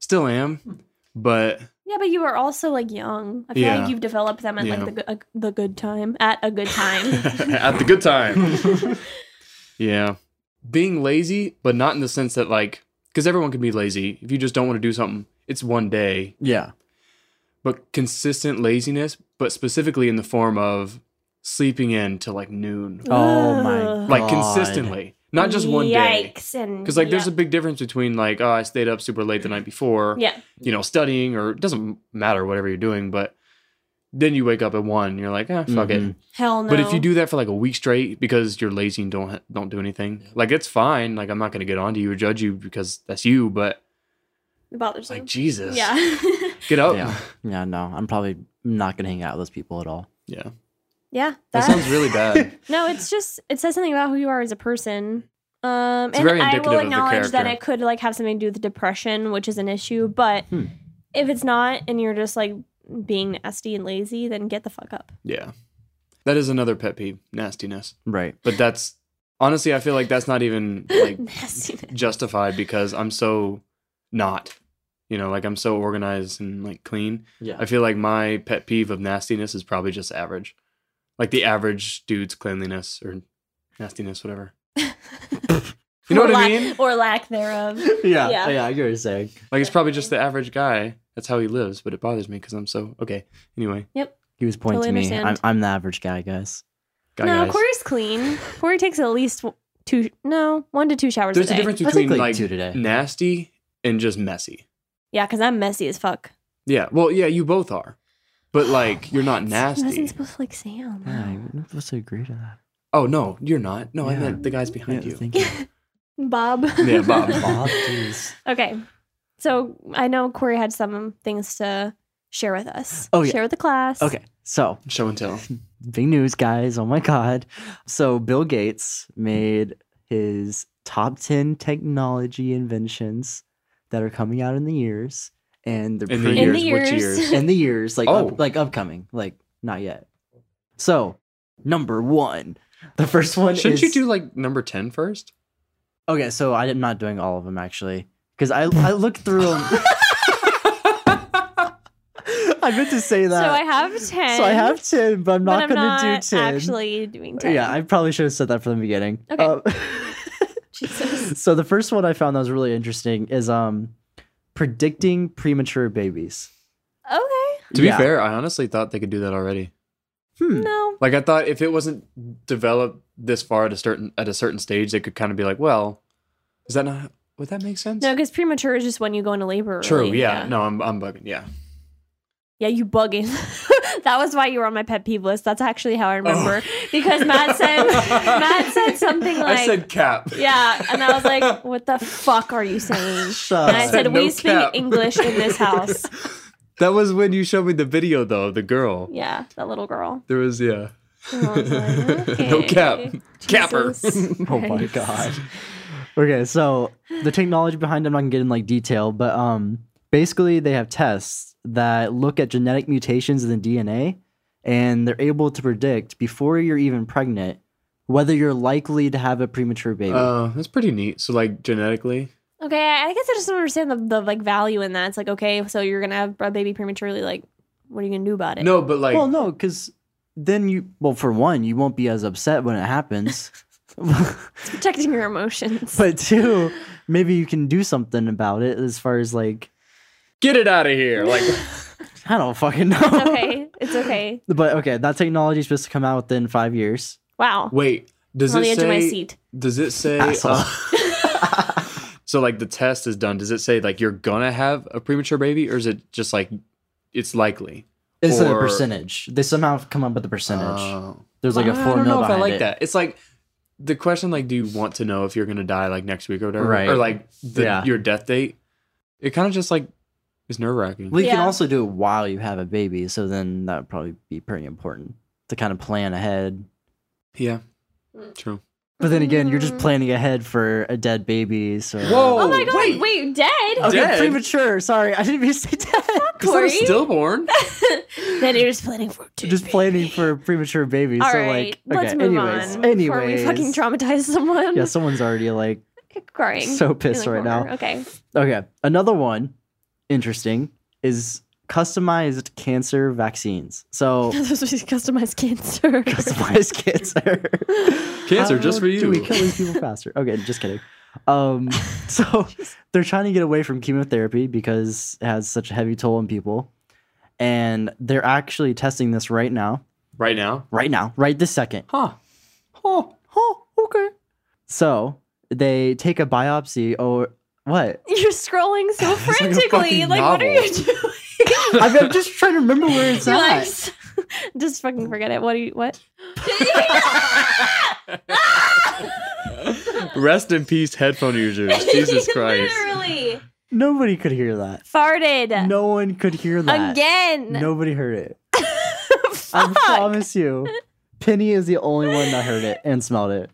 [SPEAKER 3] still am but [LAUGHS]
[SPEAKER 1] yeah, but you are also like young. I feel
[SPEAKER 3] Yeah.
[SPEAKER 1] like you've developed them at
[SPEAKER 3] Yeah.
[SPEAKER 1] like the good, a, the good time at a good time.
[SPEAKER 3] [LAUGHS] at the
[SPEAKER 2] [LAUGHS]
[SPEAKER 3] good time. yeah. Being lazy, but not in the sense that, like, because everyone can be lazy. If you just don't want to do something, it's one day.
[SPEAKER 2] Yeah.
[SPEAKER 3] But consistent laziness, but specifically in the form of sleeping in till like noon,
[SPEAKER 2] Oh my
[SPEAKER 1] Ugh.
[SPEAKER 3] like
[SPEAKER 2] God.
[SPEAKER 3] consistently, not just one day.
[SPEAKER 1] Yikes! And
[SPEAKER 3] Because, like, there's a
[SPEAKER 1] yeah.
[SPEAKER 3] big difference between, like, oh, I stayed up super late the night before,
[SPEAKER 1] yeah.
[SPEAKER 3] you know, studying, or it doesn't matter whatever you're doing, but then you wake up at one, and you're like, ah, fuck it.
[SPEAKER 2] Mhm.
[SPEAKER 1] Hell no.
[SPEAKER 3] But if you do that for like a week straight because you're lazy and don't don't do anything, like it's fine. Like I'm not gonna get onto you or judge you because that's you. But
[SPEAKER 1] it bothers
[SPEAKER 3] like
[SPEAKER 1] me.
[SPEAKER 3] Jesus,
[SPEAKER 1] Yeah. [LAUGHS]
[SPEAKER 3] get up.
[SPEAKER 2] Yeah. Yeah, no, I'm probably not gonna hang out with those people at all.
[SPEAKER 3] Yeah.
[SPEAKER 1] yeah. That,
[SPEAKER 3] that sounds
[SPEAKER 1] [LAUGHS]
[SPEAKER 3] really bad.
[SPEAKER 1] no, it's just it says something about who you are as a person. Um
[SPEAKER 3] It's
[SPEAKER 1] and
[SPEAKER 3] very
[SPEAKER 1] I
[SPEAKER 3] indicative
[SPEAKER 1] will
[SPEAKER 3] of the
[SPEAKER 1] acknowledge that
[SPEAKER 3] character.
[SPEAKER 1] it could like have something to do with depression, which is an issue, but
[SPEAKER 2] Hmm.
[SPEAKER 1] if it's not and you're just like being nasty and lazy, then get the fuck up.
[SPEAKER 3] yeah, that is another pet peeve, nastiness.
[SPEAKER 2] Right.
[SPEAKER 3] But that's Honestly, I feel like that's not even
[SPEAKER 1] [LAUGHS]
[SPEAKER 3] like
[SPEAKER 1] Nastiness.
[SPEAKER 3] justified because I'm so not. You know, like I'm so organized and like clean.
[SPEAKER 2] Yeah.
[SPEAKER 3] [LAUGHS] I feel like my pet peeve of nastiness is probably just average. Like the average dude's cleanliness or nastiness, whatever. You know
[SPEAKER 1] Or
[SPEAKER 3] what I
[SPEAKER 1] lack-
[SPEAKER 3] mean?
[SPEAKER 1] Or lack therev.
[SPEAKER 2] yeah,
[SPEAKER 1] Yeah.
[SPEAKER 2] yeah, I get what you're saying.
[SPEAKER 3] Like it's probably just the average guy. That's how he lives, but it bothers me because I'm so okay. Anyway,
[SPEAKER 2] He was pointing
[SPEAKER 1] Totally
[SPEAKER 2] to me. I'm,
[SPEAKER 1] understand.
[SPEAKER 2] I'm the average guy, guys.
[SPEAKER 3] guy
[SPEAKER 1] no,
[SPEAKER 3] guys.
[SPEAKER 1] Corey's clean. Corey takes at least w- two, no, one to two showers
[SPEAKER 3] There's
[SPEAKER 1] a
[SPEAKER 3] a
[SPEAKER 1] day.
[SPEAKER 3] difference
[SPEAKER 2] I think
[SPEAKER 3] between
[SPEAKER 2] like,
[SPEAKER 3] like
[SPEAKER 2] two today.
[SPEAKER 3] nasty and just messy.
[SPEAKER 1] Yeah, because I'm messy as fuck.
[SPEAKER 3] Yeah. Well, yeah, you both are,
[SPEAKER 2] [GASPS]
[SPEAKER 3] but like you're not
[SPEAKER 1] What? I
[SPEAKER 3] nasty.
[SPEAKER 1] wasn't supposed to like Sam.
[SPEAKER 2] Yeah, you're not supposed to agree to that.
[SPEAKER 3] Oh no, you're not. No, I
[SPEAKER 2] Yeah.
[SPEAKER 3] meant the guys behind
[SPEAKER 2] Yeah,
[SPEAKER 3] you.
[SPEAKER 1] [LAUGHS]
[SPEAKER 2] thank you.
[SPEAKER 1] Bob.
[SPEAKER 3] Yeah, Bob.
[SPEAKER 2] Bob, jeez.
[SPEAKER 1] okay. So I know Corey had some things to share with us.
[SPEAKER 2] Oh, yeah.
[SPEAKER 1] Share with the class.
[SPEAKER 2] Okay, so [LAUGHS]
[SPEAKER 3] Show and tell.
[SPEAKER 2] big news, guys. Oh my God. So, Bill Gates made his top 10 technology inventions that are coming out in the years. And they're
[SPEAKER 3] In the
[SPEAKER 2] pretty,
[SPEAKER 1] In the
[SPEAKER 3] years, which
[SPEAKER 1] years. [LAUGHS]
[SPEAKER 2] [LAUGHS]
[SPEAKER 3] years?
[SPEAKER 2] in the years, like,
[SPEAKER 3] Oh.
[SPEAKER 2] up- like upcoming, like not yet. So, number one, the first one is.
[SPEAKER 3] Shouldn't you do like number 10 first?
[SPEAKER 2] Okay, so I'm not doing all of them actually, because I I looked through
[SPEAKER 3] [LAUGHS]
[SPEAKER 2] them. [LAUGHS] I meant to say that.
[SPEAKER 1] So I have 10.
[SPEAKER 2] So I have ten, but I'm
[SPEAKER 1] but
[SPEAKER 2] not
[SPEAKER 1] I'm
[SPEAKER 2] gonna
[SPEAKER 1] not
[SPEAKER 2] do ten.
[SPEAKER 1] actually doing 10.
[SPEAKER 2] Yeah, I probably should have said that from the beginning.
[SPEAKER 1] Okay.
[SPEAKER 2] Uh, [LAUGHS]
[SPEAKER 1] Jesus.
[SPEAKER 2] so the first one I found that was really interesting is um predicting premature babies.
[SPEAKER 1] Okay.
[SPEAKER 3] To be
[SPEAKER 2] Yeah.
[SPEAKER 3] fair, I honestly thought they could do that already.
[SPEAKER 2] Hmm.
[SPEAKER 1] No.
[SPEAKER 3] Like I thought if it wasn't developed this far at a certain at a certain stage, they could kind of be like, well, is that not would that make sense?
[SPEAKER 1] No, because premature is just when you go into labor. early.
[SPEAKER 3] True, yeah. No, I'm I'm bugging. Yeah.
[SPEAKER 1] Yeah, you bugging. [LAUGHS] that was why you were on my pet peeve list. That's actually
[SPEAKER 3] Oh.
[SPEAKER 1] how I remember because Matt
[SPEAKER 3] [LAUGHS]
[SPEAKER 1] said Matt said something like
[SPEAKER 3] I said cap.
[SPEAKER 1] yeah, and I was like, "What the fuck are you saying?"
[SPEAKER 2] Shut
[SPEAKER 1] And I
[SPEAKER 2] up.
[SPEAKER 1] said,
[SPEAKER 3] No
[SPEAKER 1] "We speak
[SPEAKER 3] cap."
[SPEAKER 1] English in
[SPEAKER 3] [LAUGHS]
[SPEAKER 1] this house."
[SPEAKER 3] That was when you showed me the video though, the girl.
[SPEAKER 1] Yeah, that little girl.
[SPEAKER 3] There was yeah. [LAUGHS]
[SPEAKER 1] And I was like,
[SPEAKER 2] [LAUGHS]
[SPEAKER 1] okay. [LAUGHS]
[SPEAKER 3] No cap. Capper.
[SPEAKER 1] Jesus
[SPEAKER 2] oh my
[SPEAKER 1] Christ.
[SPEAKER 2] god. Okay, so the technology behind them, I can get in like detail, but um, basically they have tests that look at genetic mutations in the DNA, and they're able to predict before you're even pregnant whether you're likely to have a premature baby.
[SPEAKER 3] Uh, that's pretty neat. So like genetically,
[SPEAKER 1] Okay, I I guess I just don't understand the, the like value in that. It's like, okay, so you're gonna have a baby prematurely. Like, what are you gonna do about it?
[SPEAKER 3] no, but like
[SPEAKER 2] well, no, because then you, well, for one, you won't be as upset when it
[SPEAKER 3] [LAUGHS]
[SPEAKER 2] happens.
[SPEAKER 1] It's protecting your emotions.
[SPEAKER 2] but two, maybe you can do something about it as far as like
[SPEAKER 3] get it out of here. Like
[SPEAKER 2] I don't fucking know.
[SPEAKER 1] [LAUGHS] it's okay. It's okay.
[SPEAKER 2] [LAUGHS] But okay, that technology is supposed to come out within five years.
[SPEAKER 1] Wow.
[SPEAKER 3] wait, does
[SPEAKER 1] I'm on
[SPEAKER 3] it
[SPEAKER 1] the edge
[SPEAKER 3] say
[SPEAKER 1] of my seat.
[SPEAKER 3] Does it say
[SPEAKER 2] Asshole.
[SPEAKER 3] uh, [LAUGHS] So like the test is done. Does it say like you're gonna have a premature baby, or is it just like it's likely?
[SPEAKER 2] It's a
[SPEAKER 3] Or-
[SPEAKER 2] percentage. They somehow have come up with a percentage.
[SPEAKER 3] Oh.
[SPEAKER 2] There's like a
[SPEAKER 3] I
[SPEAKER 2] four
[SPEAKER 3] don't
[SPEAKER 2] mil
[SPEAKER 3] know if I
[SPEAKER 2] behind
[SPEAKER 3] like
[SPEAKER 2] it.
[SPEAKER 3] that. It's like the question like, do you want to know if you're gonna die like next week or whatever,
[SPEAKER 2] Right.
[SPEAKER 3] or like the,
[SPEAKER 2] Yeah.
[SPEAKER 3] your death date? It kind of just like is nerve wracking.
[SPEAKER 2] Well, you can
[SPEAKER 1] Yeah.
[SPEAKER 2] also do it while you have a baby, so then that would probably be pretty important to kind of plan ahead.
[SPEAKER 3] yeah, true.
[SPEAKER 2] But then again, you're just
[SPEAKER 1] Mm.
[SPEAKER 2] planning ahead for a dead baby. So
[SPEAKER 3] Whoa.
[SPEAKER 1] Oh, my god!
[SPEAKER 3] wait.
[SPEAKER 1] Wait, dead?
[SPEAKER 2] okay,
[SPEAKER 3] Dead?
[SPEAKER 2] premature. Sorry, I didn't mean to say dead. [LAUGHS]
[SPEAKER 3] Is that a
[SPEAKER 1] Corey?
[SPEAKER 3] stillborn?
[SPEAKER 1] then you're just planning for two.
[SPEAKER 2] just planning for a premature baby.
[SPEAKER 1] All
[SPEAKER 2] so
[SPEAKER 1] right,
[SPEAKER 2] like, okay.
[SPEAKER 1] let's move
[SPEAKER 2] anyways,
[SPEAKER 1] on. Before
[SPEAKER 2] anyways,
[SPEAKER 1] we fucking traumatize someone. [LAUGHS]
[SPEAKER 2] yeah, someone's already like
[SPEAKER 1] Crying.
[SPEAKER 2] so
[SPEAKER 1] in
[SPEAKER 2] pissed
[SPEAKER 1] the
[SPEAKER 2] right now.
[SPEAKER 1] corner. Okay.
[SPEAKER 2] Okay. Another one, interesting, is customized cancer vaccines.
[SPEAKER 1] [LAUGHS]
[SPEAKER 2] So
[SPEAKER 1] this was customized [LAUGHS] cancer.
[SPEAKER 2] customized cancer.
[SPEAKER 3] Cancer just for
[SPEAKER 2] Do we
[SPEAKER 3] you.
[SPEAKER 2] kill these [LAUGHS] people faster? Okay, just kidding.
[SPEAKER 1] [LAUGHS]
[SPEAKER 2] Um, so they're trying to get away from chemotherapy because it has such a heavy toll on people, and they're actually testing this right now,
[SPEAKER 3] Right now?
[SPEAKER 2] right now, right this second.
[SPEAKER 3] Huh? Oh,
[SPEAKER 2] Oh, okay. So they take a biopsy or what? [LAUGHS]
[SPEAKER 1] You're scrolling
[SPEAKER 3] [LAUGHS]
[SPEAKER 1] so
[SPEAKER 3] like a
[SPEAKER 1] frantically.
[SPEAKER 3] fucking
[SPEAKER 1] Like, what are
[SPEAKER 3] novel.
[SPEAKER 1] you doing?
[SPEAKER 2] I mean, I'm just trying to remember where it's
[SPEAKER 1] You're like,
[SPEAKER 2] at.
[SPEAKER 1] s- [LAUGHS] just fucking forget it. What do you? What?
[SPEAKER 3] [LAUGHS] Rest in peace, headphone
[SPEAKER 1] [LAUGHS]
[SPEAKER 3] users. [LAUGHS] Jesus Christ.
[SPEAKER 1] Literally
[SPEAKER 2] Nobody could hear that.
[SPEAKER 1] farted
[SPEAKER 2] No one could hear that.
[SPEAKER 1] again. [LAUGHS]
[SPEAKER 2] Nobody heard it. I promise you. Penny is the only one that heard it and smelled it.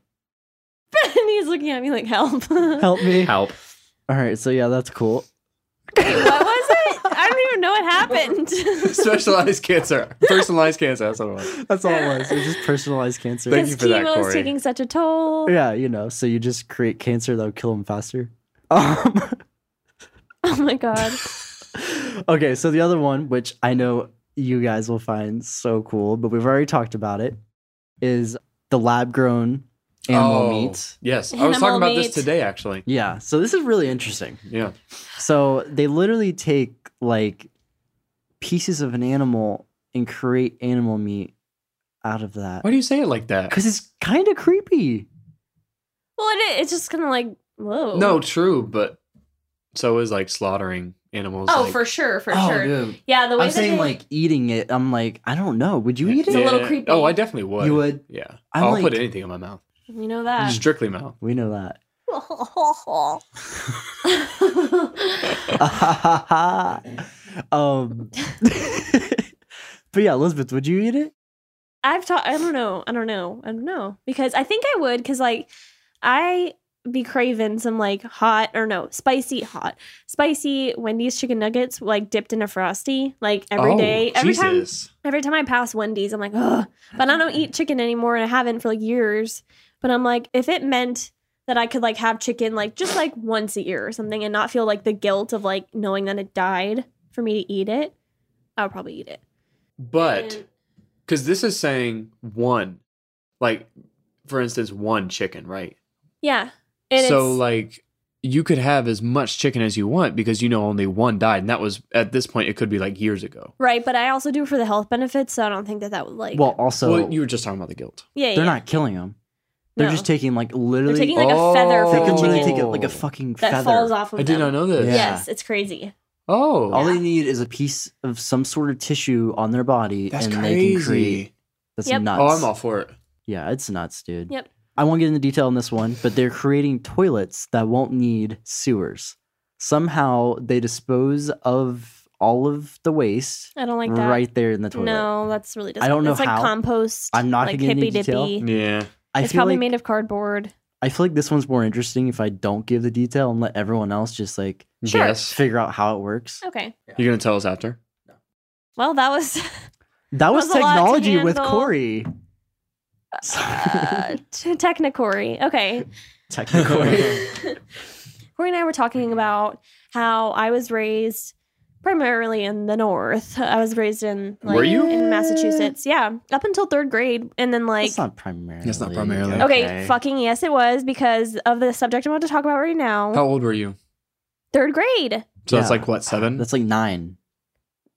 [SPEAKER 1] and he's looking at me like, help. [LAUGHS]
[SPEAKER 2] Help me.
[SPEAKER 3] Help.
[SPEAKER 2] All right, so yeah, that's cool.
[SPEAKER 1] Wait, what was it? I don't even know what
[SPEAKER 3] [LAUGHS]
[SPEAKER 1] happened? [LAUGHS]
[SPEAKER 3] Specialized cancer. Personalized cancer. That's what it was.
[SPEAKER 2] That's all it was. It was just personalized cancer.
[SPEAKER 3] Thank you
[SPEAKER 1] Because
[SPEAKER 3] for that,
[SPEAKER 1] chemo is
[SPEAKER 3] Corey.
[SPEAKER 1] taking such a toll. [LAUGHS]
[SPEAKER 2] Yeah, you know, so you just create cancer that'll kill them faster. Um,
[SPEAKER 1] Oh my god.
[SPEAKER 2] okay, so the other one, which I know you guys will find so cool, but we've already talked about it, is the lab grown animal
[SPEAKER 3] Oh,
[SPEAKER 2] meat.
[SPEAKER 3] Yes. I was
[SPEAKER 1] Animal
[SPEAKER 3] talking about
[SPEAKER 1] meat.
[SPEAKER 3] this today, actually.
[SPEAKER 2] Yeah, so this is really interesting.
[SPEAKER 3] Yeah.
[SPEAKER 2] So they literally take like pieces of an animal and create animal meat out of that.
[SPEAKER 3] Why do you say it like that?
[SPEAKER 2] Because it's kind of creepy.
[SPEAKER 1] Well, it, it's just kind of like whoa.
[SPEAKER 3] No, true, but so is like slaughtering animals.
[SPEAKER 1] Oh,
[SPEAKER 3] like-
[SPEAKER 1] for sure, for
[SPEAKER 3] Oh,
[SPEAKER 1] sure.
[SPEAKER 3] dude.
[SPEAKER 1] Yeah, the way
[SPEAKER 2] I'm
[SPEAKER 1] that
[SPEAKER 2] saying
[SPEAKER 1] they-
[SPEAKER 2] like eating it. I'm like, I don't know. Would you eat
[SPEAKER 1] It's
[SPEAKER 2] it?
[SPEAKER 1] a little creepy.
[SPEAKER 3] Oh, I definitely would.
[SPEAKER 2] You would.
[SPEAKER 3] Yeah. i
[SPEAKER 2] I'm
[SPEAKER 3] will
[SPEAKER 2] like-
[SPEAKER 3] put anything in my mouth.
[SPEAKER 1] you know that. [LAUGHS]
[SPEAKER 3] [LAUGHS] Strictly mouth.
[SPEAKER 2] We know that. [LAUGHS] um, but yeah, Elizabeth, would you eat it?
[SPEAKER 1] I've taught. I don't know. I don't know. I don't know because I think I would because like I be craving some like hot or no spicy hot spicy Wendy's chicken nuggets like dipped in a frosty like
[SPEAKER 3] Oh,
[SPEAKER 1] every day. every time every time I pass Wendy's I'm like ugh but I don't eat chicken anymore and I haven't for like years but I'm like if it meant that I could like have chicken like just like once a year or something and not feel like the guilt of like knowing that it died for me to eat it I would probably eat it
[SPEAKER 3] But because this is saying one, like for instance, one chicken, right?
[SPEAKER 1] yeah and
[SPEAKER 3] so
[SPEAKER 1] it's,
[SPEAKER 3] like you could have as much chicken as you want because you know only one died, and that was at this point it could be like years ago.
[SPEAKER 1] Right, but I also do it for the health benefits, so I don't think that that would like.
[SPEAKER 2] Well, also,
[SPEAKER 3] well, you were just talking about the guilt.
[SPEAKER 1] yeah,
[SPEAKER 2] they're not killing them. They're just taking like
[SPEAKER 1] they're
[SPEAKER 2] literally.
[SPEAKER 1] taking like a feather
[SPEAKER 3] Oh.
[SPEAKER 2] they
[SPEAKER 1] from
[SPEAKER 2] can
[SPEAKER 1] the
[SPEAKER 2] literally
[SPEAKER 1] chicken
[SPEAKER 2] take it like
[SPEAKER 3] Oh.
[SPEAKER 2] a fucking
[SPEAKER 1] that
[SPEAKER 2] feather.
[SPEAKER 1] falls off of
[SPEAKER 3] I did
[SPEAKER 1] them.
[SPEAKER 3] not know this.
[SPEAKER 2] Yeah.
[SPEAKER 1] Yes, it's crazy.
[SPEAKER 3] Oh,
[SPEAKER 2] All they need is a piece of some sort of tissue on their body,
[SPEAKER 3] that's
[SPEAKER 2] and they
[SPEAKER 3] crazy.
[SPEAKER 2] can create. That's
[SPEAKER 1] Yep.
[SPEAKER 2] nuts.
[SPEAKER 3] Oh, I'm all for it.
[SPEAKER 2] Yeah, it's nuts, dude.
[SPEAKER 1] Yep.
[SPEAKER 2] I won't get into detail on this one, but they're creating toilets that won't need sewers. Somehow they dispose of all of the waste
[SPEAKER 1] I don't like that.
[SPEAKER 2] right there in the toilet.
[SPEAKER 1] No, that's really.
[SPEAKER 2] I
[SPEAKER 1] Disgusting.
[SPEAKER 2] don't know
[SPEAKER 1] It's like
[SPEAKER 2] how.
[SPEAKER 1] compost.
[SPEAKER 2] I'm not
[SPEAKER 1] like
[SPEAKER 2] gonna get
[SPEAKER 1] hippy
[SPEAKER 2] into detail.
[SPEAKER 1] dippy.
[SPEAKER 3] Yeah.
[SPEAKER 2] I
[SPEAKER 1] It's
[SPEAKER 2] feel
[SPEAKER 1] probably
[SPEAKER 2] like
[SPEAKER 1] made of cardboard.
[SPEAKER 2] I feel like this one's more interesting if I don't give the detail and let everyone else just like
[SPEAKER 1] Sure.
[SPEAKER 3] Yes.
[SPEAKER 2] figure out how it works.
[SPEAKER 1] Okay.
[SPEAKER 3] You're gonna tell us after.
[SPEAKER 1] Well, that
[SPEAKER 2] [LAUGHS]
[SPEAKER 1] was
[SPEAKER 2] That was,
[SPEAKER 1] was a lot to
[SPEAKER 2] technology with
[SPEAKER 1] handle.
[SPEAKER 2] Corey. Sorry. [LAUGHS]
[SPEAKER 1] uh, t- technicory. Okay.
[SPEAKER 3] [LAUGHS]
[SPEAKER 2] Technical.
[SPEAKER 1] Corey and I were talking about how I was raised primarily in the north. I was raised in like,
[SPEAKER 3] Were you?
[SPEAKER 1] in Massachusetts? Yeah, up until third grade, and then like
[SPEAKER 2] It's not primarily.
[SPEAKER 3] It's not primarily.
[SPEAKER 1] Okay,
[SPEAKER 3] Okay.
[SPEAKER 1] fucking yes, it was because of the subject I'm about to talk about right now.
[SPEAKER 3] How old were you?
[SPEAKER 1] Third grade.
[SPEAKER 3] So
[SPEAKER 2] Yeah.
[SPEAKER 3] that's like what seven?
[SPEAKER 2] That's like nine.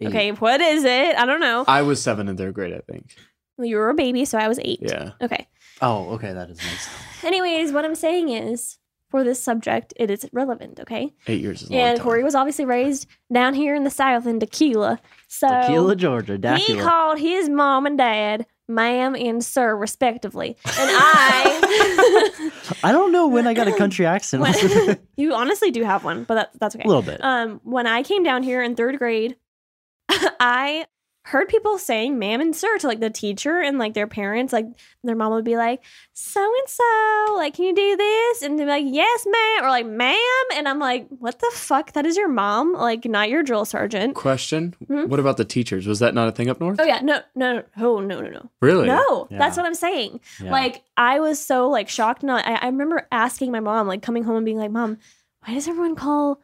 [SPEAKER 2] Eight.
[SPEAKER 1] Okay, what is it? I don't know.
[SPEAKER 3] I was seven in third grade, I think.
[SPEAKER 1] Well, you were a baby, so I was eight.
[SPEAKER 3] Yeah.
[SPEAKER 1] Okay.
[SPEAKER 2] Oh, okay, that is nice.
[SPEAKER 1] Anyways, what I'm saying is for this subject, it is relevant, okay?
[SPEAKER 3] Eight years is a long
[SPEAKER 1] and
[SPEAKER 3] time.
[SPEAKER 1] Corey was obviously raised down here in the South in Tequila. [LAUGHS] So
[SPEAKER 2] Tequila, Georgia,
[SPEAKER 1] he
[SPEAKER 2] Dacula.
[SPEAKER 1] called his mom and dad ma'am and sir, respectively. And
[SPEAKER 3] [LAUGHS]
[SPEAKER 1] I. [LAUGHS]
[SPEAKER 2] I don't know when I got a country accent. [LAUGHS]
[SPEAKER 1] when- [LAUGHS]
[SPEAKER 2] a
[SPEAKER 1] you honestly do have one, but that, that's okay.
[SPEAKER 2] little bit.
[SPEAKER 1] um, when I came down here in third grade, [LAUGHS] I heard people saying ma'am and sir to like the teacher and like their parents. Like their mom would be like, so and so, like, can you do this? And they'd be like, yes, ma'am, or like, ma'am. And I'm like, what the fuck? That is your mom, like, not your drill sergeant.
[SPEAKER 3] Question:
[SPEAKER 1] Hmm?
[SPEAKER 3] What about the teachers? Was that not a thing up north?
[SPEAKER 1] Oh, yeah. No, no, no, oh, no, no, no.
[SPEAKER 3] Really?
[SPEAKER 1] No, that's
[SPEAKER 2] Yeah.
[SPEAKER 1] what I'm saying.
[SPEAKER 2] Yeah.
[SPEAKER 1] Like, I was so like shocked. No, I, I remember asking my mom, like coming home and being like, "Mom, why does everyone call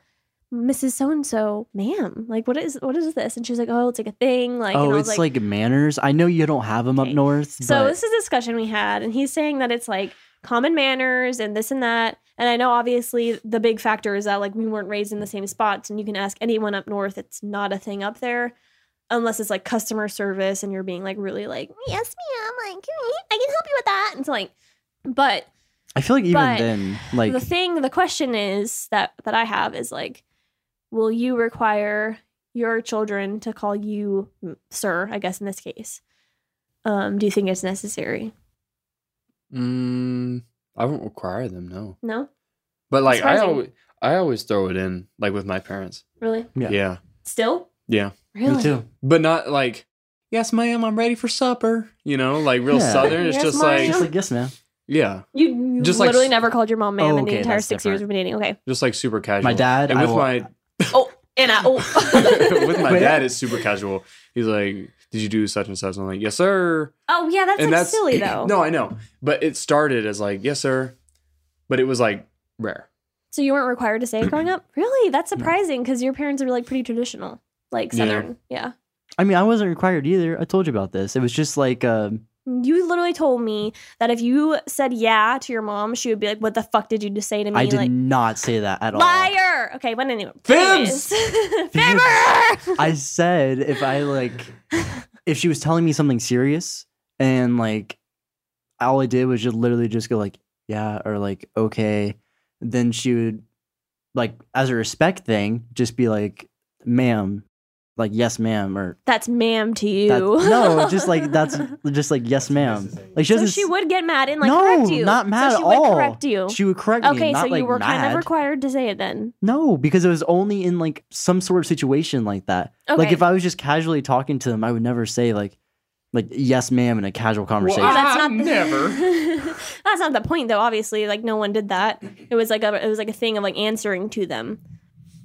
[SPEAKER 1] Mrs. So and So, ma'am? Like, what is what is this?" And she was like, "Oh, it's like a thing." Like, and
[SPEAKER 2] oh,
[SPEAKER 1] I was
[SPEAKER 2] it's like, manners. I know you don't have them
[SPEAKER 1] Okay.
[SPEAKER 2] up north.
[SPEAKER 1] so
[SPEAKER 2] but
[SPEAKER 1] this is a discussion we had, and he's saying that it's like common manners and this and that. And I know obviously the big factor is that like we weren't raised in the same spots, and you can ask anyone up north; it's not a thing up there, unless it's like customer service and you're being like really like, "Yes, ma'am, like I can help you with that." And so like, but
[SPEAKER 2] I feel like even
[SPEAKER 1] but
[SPEAKER 2] then, like
[SPEAKER 1] the thing the question is that that i have is like will you require your children to call you mm, sir i guess in this case um do you think it's necessary
[SPEAKER 3] Mm, I won't require them. No.
[SPEAKER 1] no
[SPEAKER 3] But like I
[SPEAKER 1] Surprising.
[SPEAKER 3] always, I always throw it in like with my parents.
[SPEAKER 1] really
[SPEAKER 2] Yeah.
[SPEAKER 3] Yeah. Yeah.
[SPEAKER 1] still really
[SPEAKER 2] me too.
[SPEAKER 3] But not like, yes, ma'am, I'm ready for supper. You know, like real
[SPEAKER 2] Yeah.
[SPEAKER 3] southern. It's
[SPEAKER 1] Yes,
[SPEAKER 3] just
[SPEAKER 1] ma'am.
[SPEAKER 2] Just
[SPEAKER 3] like,
[SPEAKER 2] like yes, ma'am.
[SPEAKER 3] yeah,
[SPEAKER 1] you you
[SPEAKER 3] Just like
[SPEAKER 1] literally
[SPEAKER 3] s-
[SPEAKER 1] never called your mom ma'am
[SPEAKER 2] Oh,
[SPEAKER 1] in the
[SPEAKER 2] okay,
[SPEAKER 1] entire
[SPEAKER 2] that's
[SPEAKER 1] six years
[SPEAKER 3] [LAUGHS]
[SPEAKER 2] different.
[SPEAKER 1] we've been dating okay
[SPEAKER 2] [LAUGHS]
[SPEAKER 3] just like super casual.
[SPEAKER 2] My dad.
[SPEAKER 3] and
[SPEAKER 2] I
[SPEAKER 3] with
[SPEAKER 2] will-
[SPEAKER 3] my [LAUGHS]
[SPEAKER 1] and and I. [LAUGHS] Oh,
[SPEAKER 3] With my
[SPEAKER 2] But-
[SPEAKER 3] dad, it's super casual. He's like, "Did you do such and such?" I'm like, "Yes, sir."
[SPEAKER 1] oh yeah, that's,
[SPEAKER 3] and
[SPEAKER 1] like
[SPEAKER 3] [CLEARS THROAT]
[SPEAKER 1] silly though.
[SPEAKER 3] No, I know, but it started as like, "Yes, sir," but it was like rare.
[SPEAKER 1] So you weren't required to say it growing up? Really? That's surprising because your parents are like pretty traditional, like
[SPEAKER 3] Yeah.
[SPEAKER 1] Southern. Yeah.
[SPEAKER 2] I mean, I wasn't required either. I told you about this. It was just like, um,
[SPEAKER 1] You literally told me that if you said yeah to your mom, she would be like, "What the fuck did you just say to me?"
[SPEAKER 2] I did
[SPEAKER 1] like,
[SPEAKER 2] not say that at all.
[SPEAKER 1] liar. Okay, but anyway,
[SPEAKER 3] Fibs!
[SPEAKER 1] anyways. [LAUGHS]
[SPEAKER 2] Fibs.
[SPEAKER 1] Fibber!
[SPEAKER 2] I said if I like,
[SPEAKER 1] [LAUGHS]
[SPEAKER 2] if she was telling me something serious and like, all I did was just literally just go like, yeah, or like, okay, then she would, like, as a respect thing, just be like, ma'am, like, yes, ma'am, or
[SPEAKER 1] That's ma'am to you.
[SPEAKER 2] that- no, just
[SPEAKER 1] [LAUGHS]
[SPEAKER 2] like, that's just like, yes, ma'am. Like, she
[SPEAKER 1] so
[SPEAKER 2] doesn't,
[SPEAKER 1] she would get mad and like
[SPEAKER 2] No,
[SPEAKER 1] correct you.
[SPEAKER 2] not mad
[SPEAKER 1] so
[SPEAKER 2] at
[SPEAKER 1] she
[SPEAKER 2] all.
[SPEAKER 1] Would correct you.
[SPEAKER 2] she would correct me.
[SPEAKER 1] okay,
[SPEAKER 2] not,
[SPEAKER 1] so
[SPEAKER 2] like,
[SPEAKER 1] you were kind of
[SPEAKER 2] mad.
[SPEAKER 1] required to say it then.
[SPEAKER 2] No, because it was only in like some sort of situation like that. Like
[SPEAKER 1] Okay.
[SPEAKER 2] if I was just casually talking to them, I would never say like like yes ma'am in a casual conversation.
[SPEAKER 1] Well, that's
[SPEAKER 3] Ah,
[SPEAKER 1] not
[SPEAKER 3] never.
[SPEAKER 1] [LAUGHS] that's not the point, though. Obviously, like no one did that. It was like a it was like a thing of like answering to them.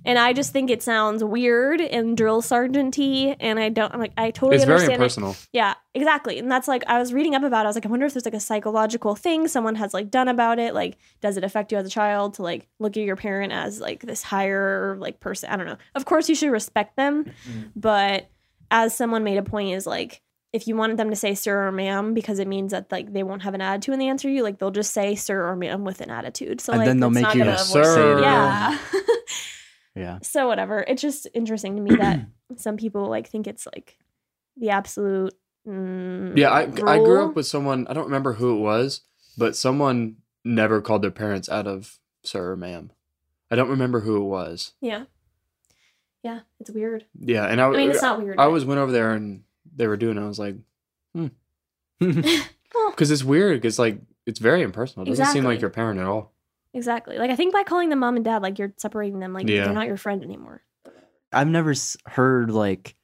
[SPEAKER 1] And I just think it sounds weird and drill sergeanty, and I don't. I'm like I totally
[SPEAKER 3] It's very
[SPEAKER 1] understand. it.
[SPEAKER 3] impersonal.
[SPEAKER 1] Yeah, exactly. And that's like I was reading up about. it. I was like, I wonder if there's like a psychological thing someone has like done about it. Like, does it affect you as a child to like look at your parent as like this higher like person? I don't know. Of course, you should respect them, but as someone made a point is like if you wanted them to say sir or ma'am because it means that like they won't have an attitude when they answer you, like they'll just say sir or ma'am with an attitude. So
[SPEAKER 2] And
[SPEAKER 1] like
[SPEAKER 2] then they'll
[SPEAKER 1] it's
[SPEAKER 2] make
[SPEAKER 1] not
[SPEAKER 2] you
[SPEAKER 1] gonna-
[SPEAKER 2] a
[SPEAKER 3] Yes, sir.
[SPEAKER 1] yeah.
[SPEAKER 2] Yeah.
[SPEAKER 1] so whatever. It's just interesting to me
[SPEAKER 3] [CLEARS THROAT]
[SPEAKER 1] that some people like think it's like the absolute. mm,
[SPEAKER 3] Yeah, I, I grew
[SPEAKER 1] rule.
[SPEAKER 3] up with someone. I don't remember who it was, but someone never called their parents out of sir or ma'am. I don't remember who it was.
[SPEAKER 1] Yeah. Yeah, it's weird.
[SPEAKER 3] Yeah, and I,
[SPEAKER 1] I mean, it's not weird.
[SPEAKER 3] uh, I always went over there and they were doing. it. I was like,
[SPEAKER 1] Well,
[SPEAKER 3] because it's weird. 'cause It's like it's very impersonal. It doesn't seem
[SPEAKER 1] Exactly.
[SPEAKER 3] like your parent at all.
[SPEAKER 1] exactly. Like I think by calling them mom and dad, like you're separating them. Like
[SPEAKER 3] Yeah.
[SPEAKER 1] they're not your friend anymore.
[SPEAKER 2] [LAUGHS] I've never s- heard like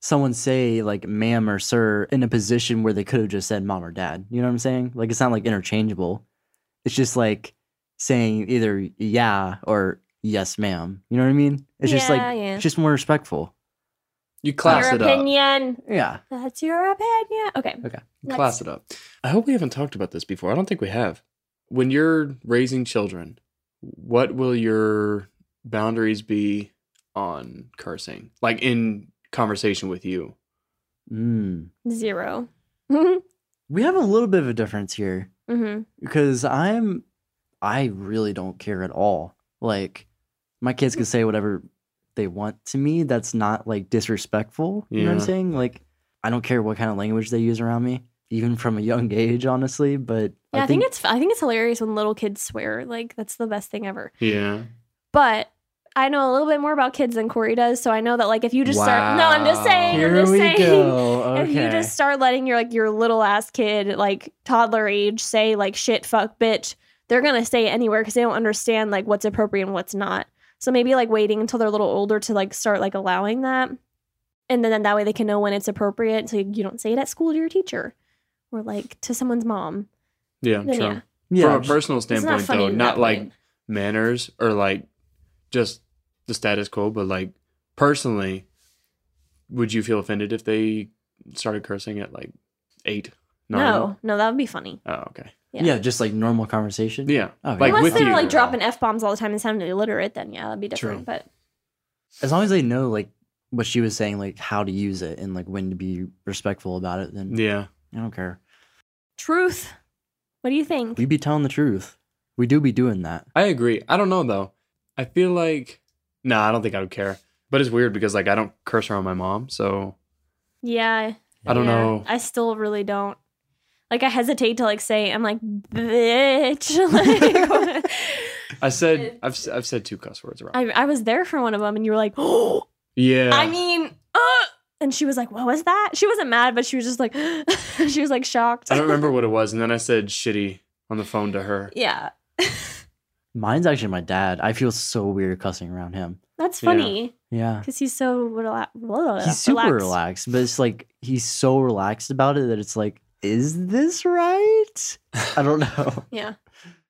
[SPEAKER 2] someone say like ma'am or sir in a position where they could have just said mom or dad. You know what I'm saying? Like it's not like interchangeable. It's just like saying either yeah or yes ma'am. You know what I mean? It's just like
[SPEAKER 1] Yeah, yeah.
[SPEAKER 2] it's just more respectful.
[SPEAKER 3] You class
[SPEAKER 1] your
[SPEAKER 3] it up.
[SPEAKER 1] opinion.
[SPEAKER 2] Yeah.
[SPEAKER 1] That's your opinion. Okay.
[SPEAKER 2] Okay.
[SPEAKER 1] Next.
[SPEAKER 3] Class it up. I hope we haven't talked about this before. I don't think we have. When you're raising children, what will your boundaries be on cursing? Like in conversation with you.
[SPEAKER 2] Mm.
[SPEAKER 1] Zero. [LAUGHS] mm-hmm.
[SPEAKER 2] We have a little bit of a difference here. because I'm I really don't care at all. Like my kids can say whatever they want to me. That's not like disrespectful. You know what I'm
[SPEAKER 3] Yeah.
[SPEAKER 2] saying? Like I don't care what kind of language they use around me, even from a young age, honestly. But
[SPEAKER 1] Yeah, I, think, it's I think it's hilarious when little kids swear. Like that's the best thing ever.
[SPEAKER 3] Yeah.
[SPEAKER 1] But I know a little bit more about kids than Corey does, so I know that like if you just start No, I'm just saying.
[SPEAKER 2] here
[SPEAKER 1] I'm just
[SPEAKER 2] we
[SPEAKER 1] saying. [LAUGHS]
[SPEAKER 2] go.
[SPEAKER 1] If
[SPEAKER 2] Okay.
[SPEAKER 1] you just start letting your like your little ass kid like toddler age say like shit fuck bitch, they're gonna stay anywhere because they don't understand like what's appropriate and what's not. So maybe like waiting until they're a little older to like start like allowing that, and then, then that way they can know when it's appropriate, so you don't say it at school to your teacher or like to someone's mom.
[SPEAKER 3] Yeah, I'm
[SPEAKER 1] Then
[SPEAKER 3] sure.
[SPEAKER 1] yeah.
[SPEAKER 2] yeah,
[SPEAKER 3] From a personal
[SPEAKER 1] It's not
[SPEAKER 3] standpoint
[SPEAKER 1] funny
[SPEAKER 3] though,
[SPEAKER 1] at
[SPEAKER 3] not
[SPEAKER 1] that
[SPEAKER 3] like
[SPEAKER 1] point.
[SPEAKER 3] manners or like just the status quo, but like personally, would you feel offended if they started cursing at like eight?
[SPEAKER 1] no, no, that would be funny.
[SPEAKER 3] Oh, okay.
[SPEAKER 2] yeah. just like normal conversation.
[SPEAKER 3] Yeah.
[SPEAKER 2] Oh, yeah.
[SPEAKER 3] Like
[SPEAKER 1] Unless
[SPEAKER 3] with
[SPEAKER 1] they were
[SPEAKER 3] you.
[SPEAKER 1] like dropping f bombs all the time and sounded illiterate, then yeah, that'd be different.
[SPEAKER 3] True.
[SPEAKER 1] But
[SPEAKER 2] As long as they know like what she was saying, like how to use it and like when to be respectful about it, then
[SPEAKER 3] Yeah.
[SPEAKER 2] I don't care.
[SPEAKER 1] truth, what do you think?
[SPEAKER 2] We be telling the truth. We do be doing that.
[SPEAKER 3] I agree. I don't know though. I feel like no, I don't think I would care. But it's weird because like I don't curse around my mom, so
[SPEAKER 1] Yeah,
[SPEAKER 3] I don't
[SPEAKER 1] Yeah,
[SPEAKER 3] know.
[SPEAKER 1] I still really don't. Like I hesitate to like say I'm like bitch. [LAUGHS] Like, [LAUGHS]
[SPEAKER 3] I said I've s- I've said two cuss words around.
[SPEAKER 1] I I was there for one of them, and you were like, [GASPS] oh,
[SPEAKER 3] yeah.
[SPEAKER 1] I mean, uh, and she was like, what was that? She wasn't mad, but she was just like, [LAUGHS] she was like shocked. [LAUGHS]
[SPEAKER 3] I don't remember what it was, and then I said shitty on the phone to her.
[SPEAKER 1] yeah,
[SPEAKER 2] Mine's actually my dad. I feel so weird cussing around him.
[SPEAKER 1] that's
[SPEAKER 3] Yeah.
[SPEAKER 1] funny
[SPEAKER 2] Yeah.
[SPEAKER 1] because he's so rela- rela-
[SPEAKER 2] He's super relaxed.
[SPEAKER 1] relaxed.
[SPEAKER 2] but it's like he's so relaxed about it that it's like, is this right? I don't know. [LAUGHS]
[SPEAKER 1] Yeah,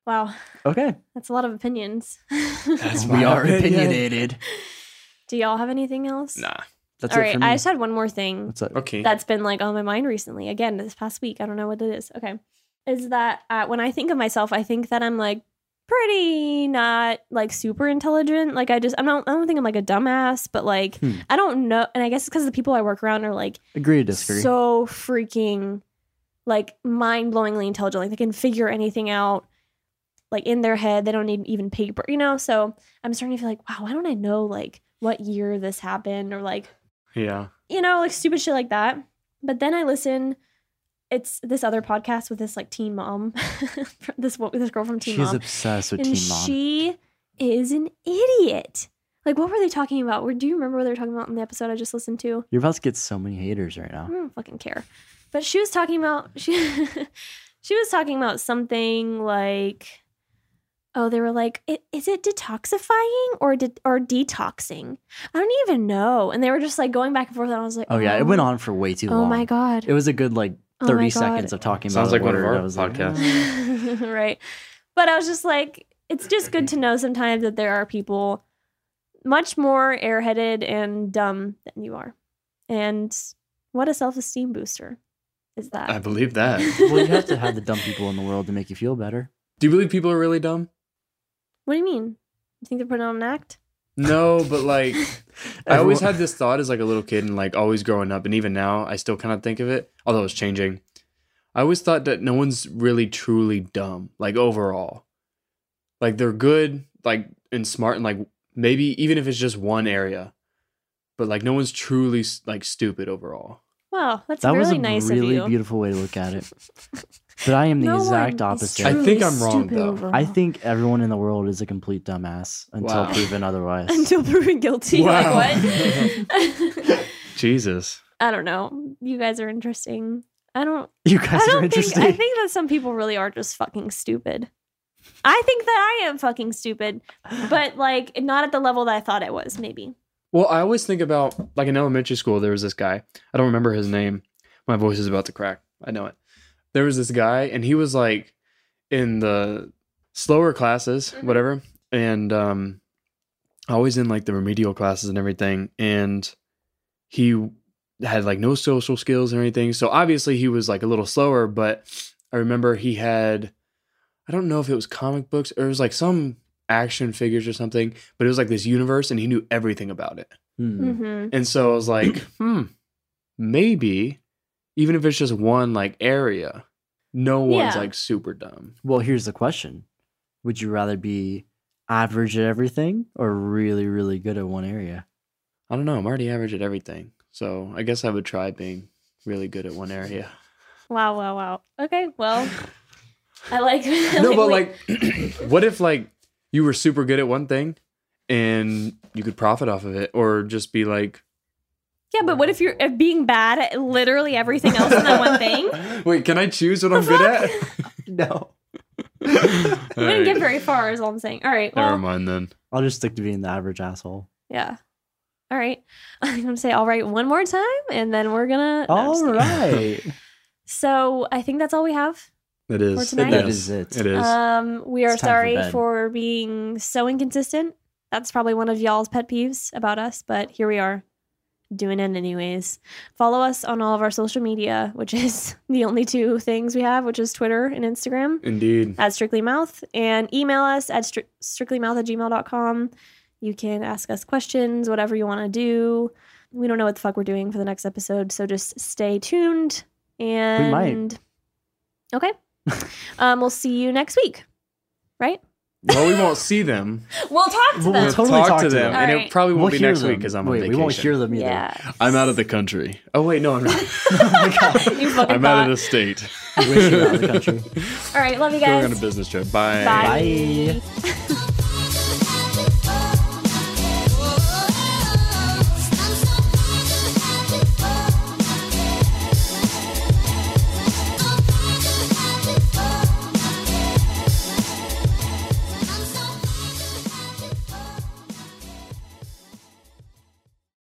[SPEAKER 1] wow,
[SPEAKER 2] Okay.
[SPEAKER 1] that's a lot of opinions.
[SPEAKER 3] That's
[SPEAKER 2] we
[SPEAKER 3] my
[SPEAKER 2] are
[SPEAKER 3] opinion.
[SPEAKER 2] opinionated.
[SPEAKER 1] [LAUGHS] Do y'all have anything else?
[SPEAKER 3] Nah.
[SPEAKER 2] That's
[SPEAKER 1] All
[SPEAKER 2] it
[SPEAKER 1] right,
[SPEAKER 2] for me.
[SPEAKER 1] I just had one more thing
[SPEAKER 2] That's it.
[SPEAKER 3] Okay.
[SPEAKER 1] that's been like on my mind recently. Again, this past week, I don't know what it is. Okay, is that uh, when I think of myself, I think that I'm like pretty not like super intelligent. Like I just I'm not I don't think I'm like a dumbass, but like
[SPEAKER 2] Hmm.
[SPEAKER 1] I don't know. And I guess because the people I work around are like
[SPEAKER 2] Agree to disagree.
[SPEAKER 1] so freaking like mind-blowingly intelligent like they can figure anything out like in their head they don't need even paper you know so i'm starting to feel like wow why don't i know like what year this happened or like
[SPEAKER 3] yeah.
[SPEAKER 1] you know like stupid shit like that but then i listen it's this other podcast with this like teen mom [LAUGHS] this wo- this girl from teen
[SPEAKER 2] She's
[SPEAKER 1] mom
[SPEAKER 2] obsessed with
[SPEAKER 1] and
[SPEAKER 2] Teen Mom.
[SPEAKER 1] she is an idiot like what were they talking about Where do you remember what they were talking about in the episode i just listened to
[SPEAKER 2] You're about to get so many haters right now.
[SPEAKER 1] I don't fucking care. But she was talking about [LAUGHS] she she was talking about something like oh they were like "I- is it detoxifying or de- or detoxing? I don't even know. And they were just like going back and forth and I was like
[SPEAKER 2] Oh yeah, it went on for way too
[SPEAKER 1] Oh
[SPEAKER 2] long.
[SPEAKER 1] my god.
[SPEAKER 2] It was a good like
[SPEAKER 1] Oh my
[SPEAKER 2] 30
[SPEAKER 1] God.
[SPEAKER 2] seconds of talking
[SPEAKER 3] Sounds
[SPEAKER 2] about
[SPEAKER 3] like
[SPEAKER 2] a
[SPEAKER 3] one of
[SPEAKER 2] word.
[SPEAKER 3] our
[SPEAKER 2] I was like,
[SPEAKER 3] podcasts.
[SPEAKER 1] [LAUGHS]
[SPEAKER 2] "Ah." [LAUGHS]
[SPEAKER 1] right. But I was just like it's just good to know sometimes that there are people much more airheaded and dumb than you are. And what a self-esteem booster is [LAUGHS] that.
[SPEAKER 3] I believe [LAUGHS] that.
[SPEAKER 2] well, you have
[SPEAKER 1] [LAUGHS]
[SPEAKER 2] to have the dumb people in the world to make you feel better.
[SPEAKER 3] Do you believe people are really dumb?
[SPEAKER 1] What do you mean? You think they're putting on an act?
[SPEAKER 3] No, but like I always
[SPEAKER 2] Everyone-
[SPEAKER 3] had this thought as like a little kid and like always growing up, and even now I still kind of think of it, although it's changing. I always thought that no one's really truly dumb, like overall. Like they're good, like and smart, and like maybe even if it's just one area, but like no one's truly s- like stupid overall.
[SPEAKER 1] Wow, that's
[SPEAKER 2] that
[SPEAKER 1] really
[SPEAKER 2] was a
[SPEAKER 1] nice
[SPEAKER 2] really
[SPEAKER 1] of you.
[SPEAKER 2] beautiful way to look at it. But I am
[SPEAKER 1] [LAUGHS]
[SPEAKER 2] the
[SPEAKER 1] No
[SPEAKER 2] exact
[SPEAKER 1] one is
[SPEAKER 2] opposite.
[SPEAKER 3] I
[SPEAKER 1] truly
[SPEAKER 3] think I'm wrong,
[SPEAKER 1] stupid
[SPEAKER 3] though.
[SPEAKER 1] overall.
[SPEAKER 2] I think everyone in the world is a complete dumbass until
[SPEAKER 3] Wow.
[SPEAKER 2] proven
[SPEAKER 1] [LAUGHS] [LAUGHS]
[SPEAKER 2] otherwise.
[SPEAKER 1] until proven guilty.
[SPEAKER 3] Wow.
[SPEAKER 1] Like
[SPEAKER 2] [LAUGHS]
[SPEAKER 1] what? [LAUGHS]
[SPEAKER 3] Jesus.
[SPEAKER 1] I don't know. You guys are interesting. I don't.
[SPEAKER 2] you guys
[SPEAKER 1] I
[SPEAKER 2] are
[SPEAKER 1] don't think.
[SPEAKER 2] interesting.
[SPEAKER 1] I think that some people really are just fucking stupid. I think that I am fucking stupid, but like not at the level that I thought it was. Maybe.
[SPEAKER 3] Well, I always think about like in elementary school, there was this guy. I don't remember his name. My voice is about to crack. I know it. There was this guy, and he was like in the slower classes,
[SPEAKER 1] Mhm.
[SPEAKER 3] whatever, and um, always in like the remedial classes and everything. And he had like no social skills or anything. So obviously, he was like a little slower. But I remember he had, I don't know if it was comic books or it was like some action figures or something, but it was like this universe, and he knew everything about it.
[SPEAKER 2] [LAUGHS] Hmm.
[SPEAKER 1] Mm-hmm.
[SPEAKER 3] And so I was
[SPEAKER 1] [CLEARS THROAT]
[SPEAKER 3] like, hmm, maybe even if it's just one like area, no one's
[SPEAKER 1] Yeah.
[SPEAKER 3] like super dumb.
[SPEAKER 2] Well, here's the question: Would you rather be average at everything or really, really good at one area?
[SPEAKER 3] I don't know. I'm already average at everything. So I guess I would try being really good at
[SPEAKER 1] [LAUGHS]
[SPEAKER 3] one area.
[SPEAKER 1] Wow! Wow! Wow! Okay.
[SPEAKER 2] [LAUGHS]
[SPEAKER 1] Well, I like. [LAUGHS]
[SPEAKER 3] no, but
[SPEAKER 1] we-
[SPEAKER 3] like, [CLEARS THROAT] what if like you were super good at one thing and you could profit off of it or just be like, [GASPS]
[SPEAKER 1] Yeah, but what if you're if being bad at literally everything else in that one
[SPEAKER 2] [LAUGHS]
[SPEAKER 1] thing?
[SPEAKER 3] Wait, can I choose what
[SPEAKER 1] The [LAUGHS]
[SPEAKER 3] I'm good
[SPEAKER 1] fuck?
[SPEAKER 2] [LAUGHS]
[SPEAKER 3] at? [LAUGHS]
[SPEAKER 2] No,
[SPEAKER 1] We didn't get
[SPEAKER 3] Alright.
[SPEAKER 1] very far, is all I'm saying. All right.
[SPEAKER 3] Never
[SPEAKER 1] Well,
[SPEAKER 3] mind then.
[SPEAKER 2] I'll just stick to being the average asshole.
[SPEAKER 1] yeah. All right. [LAUGHS] I'm going to say all right one more time, and then we're going to.
[SPEAKER 2] All right,
[SPEAKER 1] [LAUGHS] So I think that's all we have.
[SPEAKER 3] It is.
[SPEAKER 1] tonight?
[SPEAKER 2] that is it.
[SPEAKER 3] It is.
[SPEAKER 1] Um, we are
[SPEAKER 2] It's time for
[SPEAKER 1] sorry for,
[SPEAKER 2] bed.
[SPEAKER 1] being so inconsistent. That's probably one of y'all's pet peeves about us, but here we are doing it anyways. Follow us on all of our social media, which is [LAUGHS] the only two things we have, which is Twitter and Instagram.
[SPEAKER 3] Indeed.
[SPEAKER 1] at strictly mouth and email us at stri- strictlymouth at gmail.com you can ask us questions whatever you want to do we don't know what the fuck we're doing for the next episode so just stay tuned and
[SPEAKER 2] might. [LAUGHS]
[SPEAKER 1] okay um, we'll see you next week right
[SPEAKER 3] Well, we won't see them.
[SPEAKER 1] we'll talk to
[SPEAKER 2] We'll
[SPEAKER 1] them
[SPEAKER 2] totally talk to them.
[SPEAKER 3] and
[SPEAKER 1] Alright.
[SPEAKER 3] it probably won't
[SPEAKER 2] We'll
[SPEAKER 3] be
[SPEAKER 2] hear
[SPEAKER 3] next
[SPEAKER 2] them.
[SPEAKER 3] week because I'm
[SPEAKER 2] wait,
[SPEAKER 3] on vacation.
[SPEAKER 2] we won't hear them either.
[SPEAKER 1] yeah
[SPEAKER 3] I'm out of the country. Oh wait, no, I'm
[SPEAKER 1] [LAUGHS]
[SPEAKER 3] not.
[SPEAKER 1] you fucking
[SPEAKER 3] I'm out
[SPEAKER 1] thought.
[SPEAKER 3] of the state.
[SPEAKER 1] [LAUGHS]
[SPEAKER 2] We wish you were out of the country.
[SPEAKER 1] all right love you
[SPEAKER 3] Going
[SPEAKER 1] guys
[SPEAKER 3] on a business trip.
[SPEAKER 1] Bye.
[SPEAKER 2] Bye.